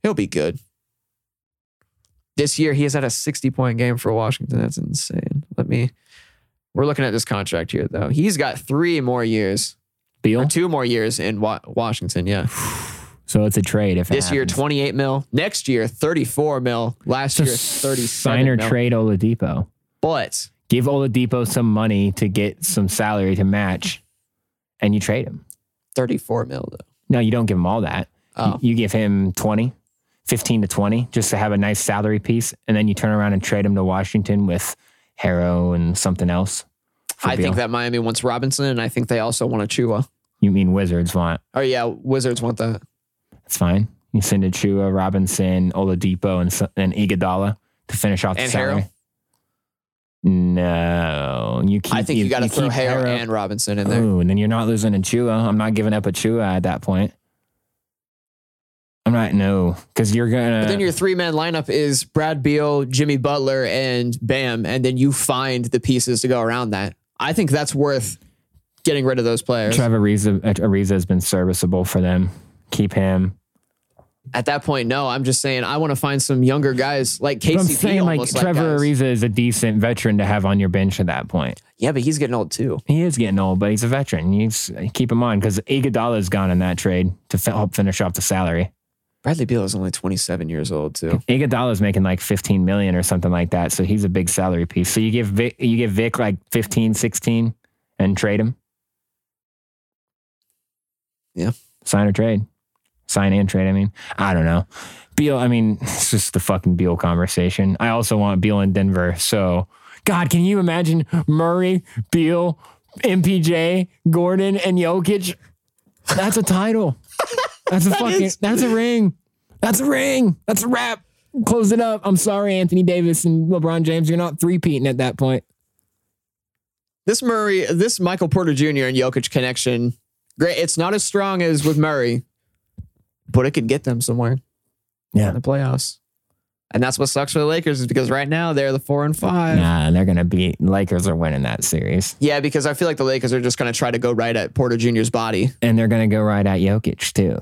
[SPEAKER 5] He'll be good. This year, he has had a 60 point game for Washington. That's insane. Let me. We're looking at this contract here, though. He's got three more years, or
[SPEAKER 4] Beal.
[SPEAKER 5] two more years in Wa- Washington. Yeah,
[SPEAKER 4] So it's a trade if it
[SPEAKER 5] this year
[SPEAKER 4] happens.
[SPEAKER 5] 28 mil. Next year 34 mil. Last year
[SPEAKER 4] Just
[SPEAKER 5] 37
[SPEAKER 4] sign or
[SPEAKER 5] mil.
[SPEAKER 4] trade Oladipo.
[SPEAKER 5] But
[SPEAKER 4] Give Oladipo some money to get some salary to match, and you trade him.
[SPEAKER 5] 34 mil though.
[SPEAKER 4] No, you don't give him all that.
[SPEAKER 5] Oh.
[SPEAKER 4] You give him 20, 15 to 20 just to have a nice salary piece. And then you turn around and trade him to Washington with Harrow and something else. for
[SPEAKER 5] I
[SPEAKER 4] Beal.
[SPEAKER 5] think that Miami wants Robinson, and I think they also want Achua.
[SPEAKER 4] You mean Wizards want.
[SPEAKER 5] Oh yeah, Wizards want that.
[SPEAKER 4] That's fine. You send Achua, Robinson, Oladipo, and, so- and Iguodala to finish off
[SPEAKER 5] And
[SPEAKER 4] the salary.
[SPEAKER 5] Harrell?
[SPEAKER 4] No. You keep,
[SPEAKER 5] I think you got to throw
[SPEAKER 4] keep
[SPEAKER 5] Harrow and Robinson in there.
[SPEAKER 4] Ooh, and then you're not losing a Chua. I'm not giving up a Chua at that point. I'm not no, because you're gonna.
[SPEAKER 5] But then your three man lineup is Brad Beal, Jimmy Butler, and Bam, and then you find the pieces to go around that. I think that's worth getting rid of those players.
[SPEAKER 4] uh, Trevor Ariza, Ariza has been serviceable for them. Keep him.
[SPEAKER 5] At that point, no. I'm just saying I want to find some younger guys like KCP.
[SPEAKER 4] But I'm saying like
[SPEAKER 5] almost like
[SPEAKER 4] Trevor
[SPEAKER 5] guys.
[SPEAKER 4] Ariza is a decent veteran to have on your bench at that point.
[SPEAKER 5] Yeah, but he's getting old too.
[SPEAKER 4] He is getting old, but he's a veteran. You s- keep him on because Iguodala is gone in that trade to fi- help finish off the salary.
[SPEAKER 5] Bradley Beal is only 27 years old too.
[SPEAKER 4] Iguodala is making like 15 million or something like that, so he's a big salary piece. So you give Vic, you give Vic like 15, 16 and trade him.
[SPEAKER 5] Yeah.
[SPEAKER 4] Sign or trade. Sign and trade, I mean. I don't know. Beal, I mean, it's just the fucking Beal conversation. I also want Beal in Denver. So, God, can you imagine Murray, Beal, MPJ, Gordon, and Jokic? That's a title. That's a fucking,
[SPEAKER 5] is-
[SPEAKER 4] that's a ring. That's a ring. That's a wrap. Close it up. I'm sorry, Anthony Davis and LeBron James. You're not three-peating at that point.
[SPEAKER 5] This Murray, this Michael Porter Jr. and Jokic connection, great. It's not as strong as with Murray, but it could get them somewhere.
[SPEAKER 4] Yeah.
[SPEAKER 5] in the playoffs. And that's what sucks for the Lakers is because right now they're the four and five.
[SPEAKER 4] Nah, they're gonna be Lakers are winning that series,
[SPEAKER 5] Yeah, because I feel like the Lakers are just going to try to go right at Porter Jr.'s body.
[SPEAKER 4] and they're gonna go right at Jokic too.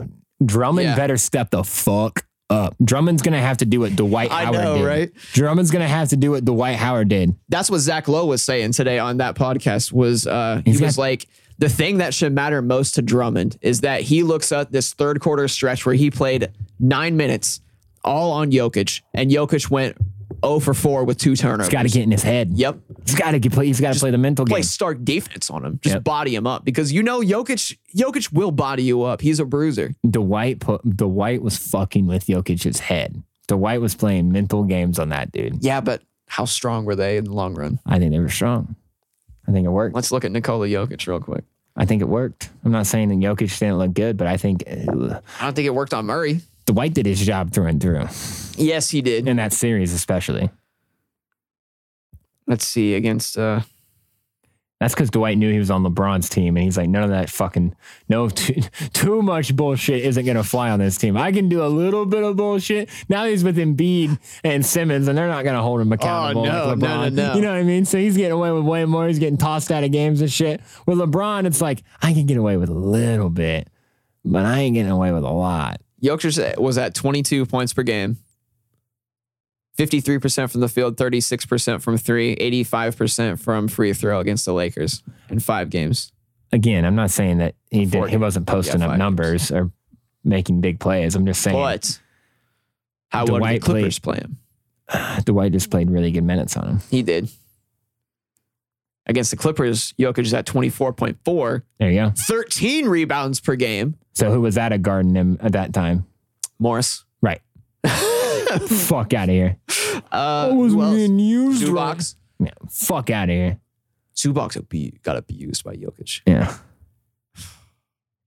[SPEAKER 4] Drummond
[SPEAKER 5] Yeah.
[SPEAKER 4] better step the fuck up. Drummond's gonna have to do what Dwight
[SPEAKER 5] I
[SPEAKER 4] Howard
[SPEAKER 5] know,
[SPEAKER 4] did.
[SPEAKER 5] right?
[SPEAKER 4] Drummond's gonna have to do what Dwight Howard did.
[SPEAKER 5] That's what Zach Lowe was saying today on that podcast. Was uh, he
[SPEAKER 4] He's
[SPEAKER 5] was
[SPEAKER 4] got-
[SPEAKER 5] like the thing that should matter most to Drummond is that he looks at this third quarter stretch where he played nine minutes all on Jokic, and Jokic went 0 for four with two turnovers.
[SPEAKER 4] He's got to get in his head.
[SPEAKER 5] Yep.
[SPEAKER 4] He's got to get play. He's got to play the mental
[SPEAKER 5] play
[SPEAKER 4] game.
[SPEAKER 5] stark defense on him. Just
[SPEAKER 4] Yep.
[SPEAKER 5] body him up because you know Jokic. Jokic will body you up. He's a bruiser.
[SPEAKER 4] Dwight put Dwight was fucking with Jokic's head. Dwight was playing mental games on that dude.
[SPEAKER 5] Yeah, but how strong were they in the long run?
[SPEAKER 4] I think they were strong. I think it worked.
[SPEAKER 5] Let's look at Nikola Jokic real quick.
[SPEAKER 4] I think it worked. I'm not saying that Jokic didn't look good, but I think uh,
[SPEAKER 5] I don't think it worked on Murray.
[SPEAKER 4] Dwight did his job through and through
[SPEAKER 5] Yes, he did.
[SPEAKER 4] in that series, especially.
[SPEAKER 5] Let's see against. uh
[SPEAKER 4] That's because Dwight knew he was on LeBron's team, and he's like, none of that fucking no, too, too much bullshit isn't gonna fly on this team. I can do a little bit of bullshit. Now he's with Embiid and Simmons, and they're not gonna hold him accountable.
[SPEAKER 5] Oh, no,
[SPEAKER 4] like
[SPEAKER 5] no,
[SPEAKER 4] LeBron.
[SPEAKER 5] no, no.
[SPEAKER 4] You know what I mean? So he's getting away with way more. He's getting tossed out of games and shit. With LeBron, it's like I can get away with a little bit, but I ain't getting away with a lot.
[SPEAKER 5] Jokic was at 22 points per game. 53% from the field, 36% from three, 85% from free throw against the Lakers in five games.
[SPEAKER 4] Again, I'm not saying that he did. He
[SPEAKER 5] Forty.
[SPEAKER 4] wasn't posting
[SPEAKER 5] Yeah,
[SPEAKER 4] up
[SPEAKER 5] five
[SPEAKER 4] numbers or making big plays. I'm just saying.
[SPEAKER 5] But how would the
[SPEAKER 4] Dwight
[SPEAKER 5] Clippers play him?
[SPEAKER 4] Dwight just played really good minutes on him.
[SPEAKER 5] He did. Against the Clippers, Jokic is at 24.4,
[SPEAKER 4] There you go.
[SPEAKER 5] 13 rebounds per game.
[SPEAKER 4] So who was at a garden him at that time?
[SPEAKER 5] Morris.
[SPEAKER 4] Right. Fuck out of here.
[SPEAKER 5] Uh, who else?
[SPEAKER 4] used.
[SPEAKER 5] Zubox.
[SPEAKER 4] Yeah, fuck out of here.
[SPEAKER 5] Zubox abu- got abused by Jokic.
[SPEAKER 4] Yeah.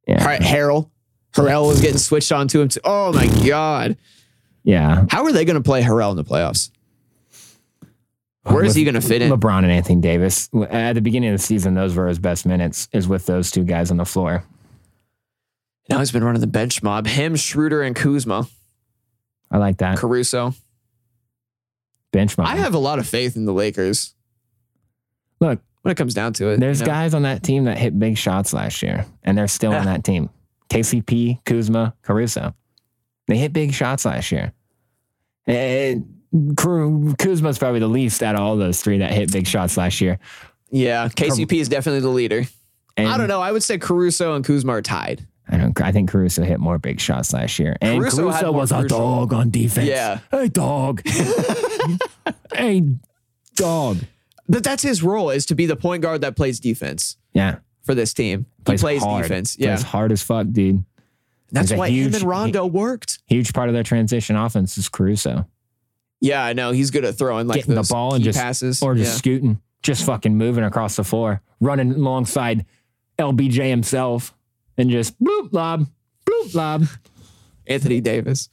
[SPEAKER 4] Yeah.
[SPEAKER 5] All right, Harrell. Harrell was getting switched on to him. Too. Oh my God.
[SPEAKER 4] Yeah.
[SPEAKER 5] How are they going to play Harrell in the playoffs? Where is he going to fit in?
[SPEAKER 4] LeBron and Anthony Davis. At the beginning of the season, those were his best minutes, is with those two guys on the floor.
[SPEAKER 5] Now he's been running the bench mob. Him, Schroeder, and Kuzma.
[SPEAKER 4] I like that.
[SPEAKER 5] Caruso.
[SPEAKER 4] Bench mob.
[SPEAKER 5] I have a lot of faith in the Lakers
[SPEAKER 4] Look,
[SPEAKER 5] when it comes down to it.
[SPEAKER 4] there's
[SPEAKER 5] you know?
[SPEAKER 4] guys on that team that hit big shots last year, and they're still
[SPEAKER 5] Yeah.
[SPEAKER 4] on that team. KCP, Kuzma, Caruso. They hit big shots last year. And Kuzma's probably the least out of all those three that hit big shots last year.
[SPEAKER 5] Yeah, KCP is definitely the leader.
[SPEAKER 4] And
[SPEAKER 5] I don't know. I would say Caruso and Kuzma are tied.
[SPEAKER 4] I don't. I think Caruso hit more big shots last year, and
[SPEAKER 5] Caruso
[SPEAKER 4] Caruso,
[SPEAKER 5] had more
[SPEAKER 4] was a
[SPEAKER 5] crucial-
[SPEAKER 4] dog on defense.
[SPEAKER 5] Yeah.
[SPEAKER 4] hey dog, hey dog.
[SPEAKER 5] But that's his role is to be the point guard that plays defense
[SPEAKER 4] Yeah,
[SPEAKER 5] for this team. he plays
[SPEAKER 4] hard.
[SPEAKER 5] defense. Yeah.
[SPEAKER 4] plays hard as fuck, dude.
[SPEAKER 5] that's
[SPEAKER 4] he's a
[SPEAKER 5] why him
[SPEAKER 4] huge-
[SPEAKER 5] and Rondo worked.
[SPEAKER 4] Huge part of their transition offense is Caruso
[SPEAKER 5] Yeah, I know. He's good at throwing like
[SPEAKER 4] getting the
[SPEAKER 5] those
[SPEAKER 4] ball and
[SPEAKER 5] key
[SPEAKER 4] just
[SPEAKER 5] passes.
[SPEAKER 4] or just
[SPEAKER 5] Yeah.
[SPEAKER 4] scooting, just fucking moving across the floor, running alongside LBJ himself, and just bloop lob, bloop lob.
[SPEAKER 5] Anthony Davis.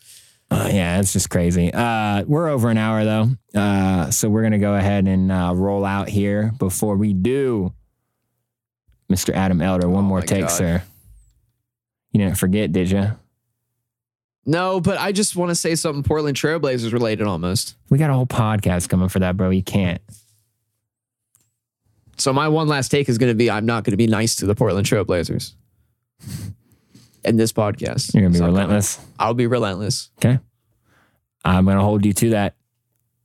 [SPEAKER 4] Uh, yeah, it's just crazy. Uh, we're over an hour though, uh, so we're gonna go ahead and uh, roll out here. Before we do, Mr. Adam Elder, one
[SPEAKER 5] Oh
[SPEAKER 4] more
[SPEAKER 5] my
[SPEAKER 4] take,
[SPEAKER 5] God.
[SPEAKER 4] sir. You didn't forget, did you?
[SPEAKER 5] No, but I just want to say something Portland Trailblazers related almost.
[SPEAKER 4] We got a whole podcast coming for that, bro. You can't.
[SPEAKER 5] So my one last take is going to be I'm not going to be nice to the Portland Trailblazers. in this podcast.
[SPEAKER 4] You're gonna
[SPEAKER 5] So
[SPEAKER 4] be
[SPEAKER 5] I'm coming.
[SPEAKER 4] relentless.
[SPEAKER 5] I'll be relentless.
[SPEAKER 4] Okay. I'm gonna hold you to that.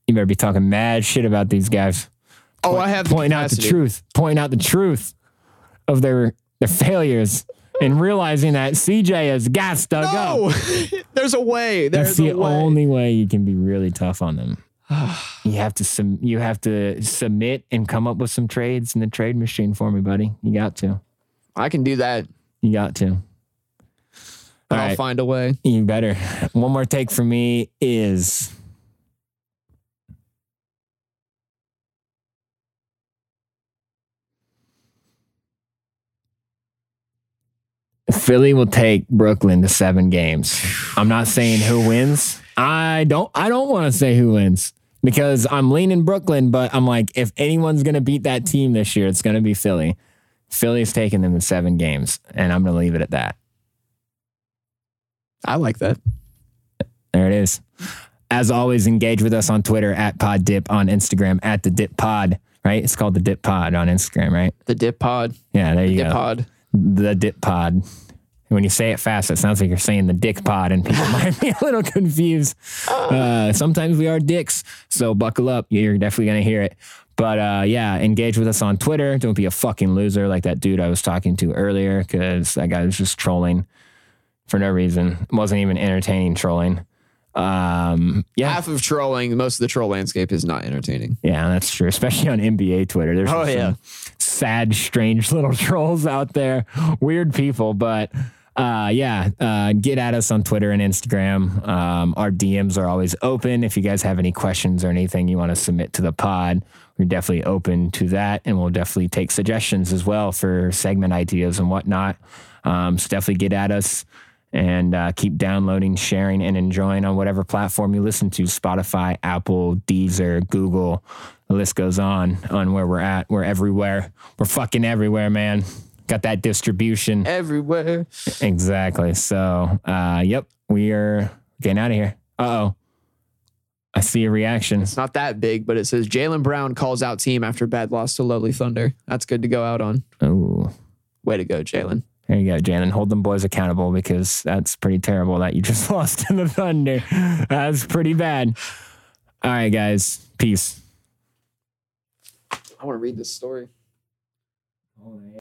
[SPEAKER 4] You better be talking mad shit about these guys.
[SPEAKER 5] Oh, I have the
[SPEAKER 4] pointing out the
[SPEAKER 5] capacity.
[SPEAKER 4] truth. Pointing out the truth of their their failures and realizing that CJ has got to go.
[SPEAKER 5] No, there's a way. There's
[SPEAKER 4] That's the
[SPEAKER 5] a way.
[SPEAKER 4] only way you can be really tough on them. you have to sum, you have to submit and come up with some trades in the trade machine for me, buddy. You got to.
[SPEAKER 5] I can do that,
[SPEAKER 4] You got to.
[SPEAKER 5] but
[SPEAKER 4] All
[SPEAKER 5] I'll
[SPEAKER 4] right.
[SPEAKER 5] find a way.
[SPEAKER 4] You better. One more take for me is Philly will take Brooklyn to seven games. I'm not saying who wins. I don't I don't want to say who wins because I'm leaning Brooklyn, but I'm like, if anyone's gonna beat that team this year, it's gonna be Philly. Philly's taking them to seven games, and I'm gonna leave it at that.
[SPEAKER 5] I like that.
[SPEAKER 4] There it is. As always, engage with us on Twitter at Pod Dip on Instagram at the Dip Pod. Right? It's called the Dip Pod on Instagram, right?
[SPEAKER 5] The dip pod.
[SPEAKER 4] Yeah, there you
[SPEAKER 5] Dip
[SPEAKER 4] go.
[SPEAKER 5] pod.
[SPEAKER 4] The Dip Pod. When you say it fast, it sounds like you're saying the Dick Pod, and people might be a little confused. Uh, sometimes we are dicks, so buckle up. You're definitely gonna hear it. But uh, yeah, engage with us on Twitter. Don't be a fucking loser like that dude I was talking to earlier, because that guy was just trolling for no reason. It wasn't even entertaining trolling. Um, yeah,
[SPEAKER 5] Half of trolling, most of the troll landscape is not entertaining.
[SPEAKER 4] Yeah, that's true. Especially on NBA Twitter. There's
[SPEAKER 5] Oh,
[SPEAKER 4] some
[SPEAKER 5] yeah.
[SPEAKER 4] sad, strange little trolls out there, weird people. But uh, yeah, uh, get at us on Twitter and Instagram. Um, our DMs are always open. If you guys have any questions or anything you want to submit to the pod, we're definitely open to that. And we'll definitely take suggestions as well for segment ideas and whatnot. Um, so definitely get at us and uh, keep downloading, sharing, and enjoying on whatever platform you listen to Spotify, Apple, Deezer, Google. The list goes on on where we're at. We're everywhere. We're fucking everywhere, man. Got that distribution.
[SPEAKER 5] Everywhere.
[SPEAKER 4] Exactly. So, uh, yep, we are getting out of here. Uh oh. I see a reaction.
[SPEAKER 5] It's not that big, but it says Jalen Brown calls out team after bad loss to Lovely Thunder. That's good to go out on.
[SPEAKER 4] Oh,
[SPEAKER 5] Way to go, Jalen.
[SPEAKER 4] there you go, Jalen. Hold them boys accountable because that's pretty terrible that you just lost in the Thunder. That's pretty bad. All right, guys. Peace.
[SPEAKER 5] I want to read this story.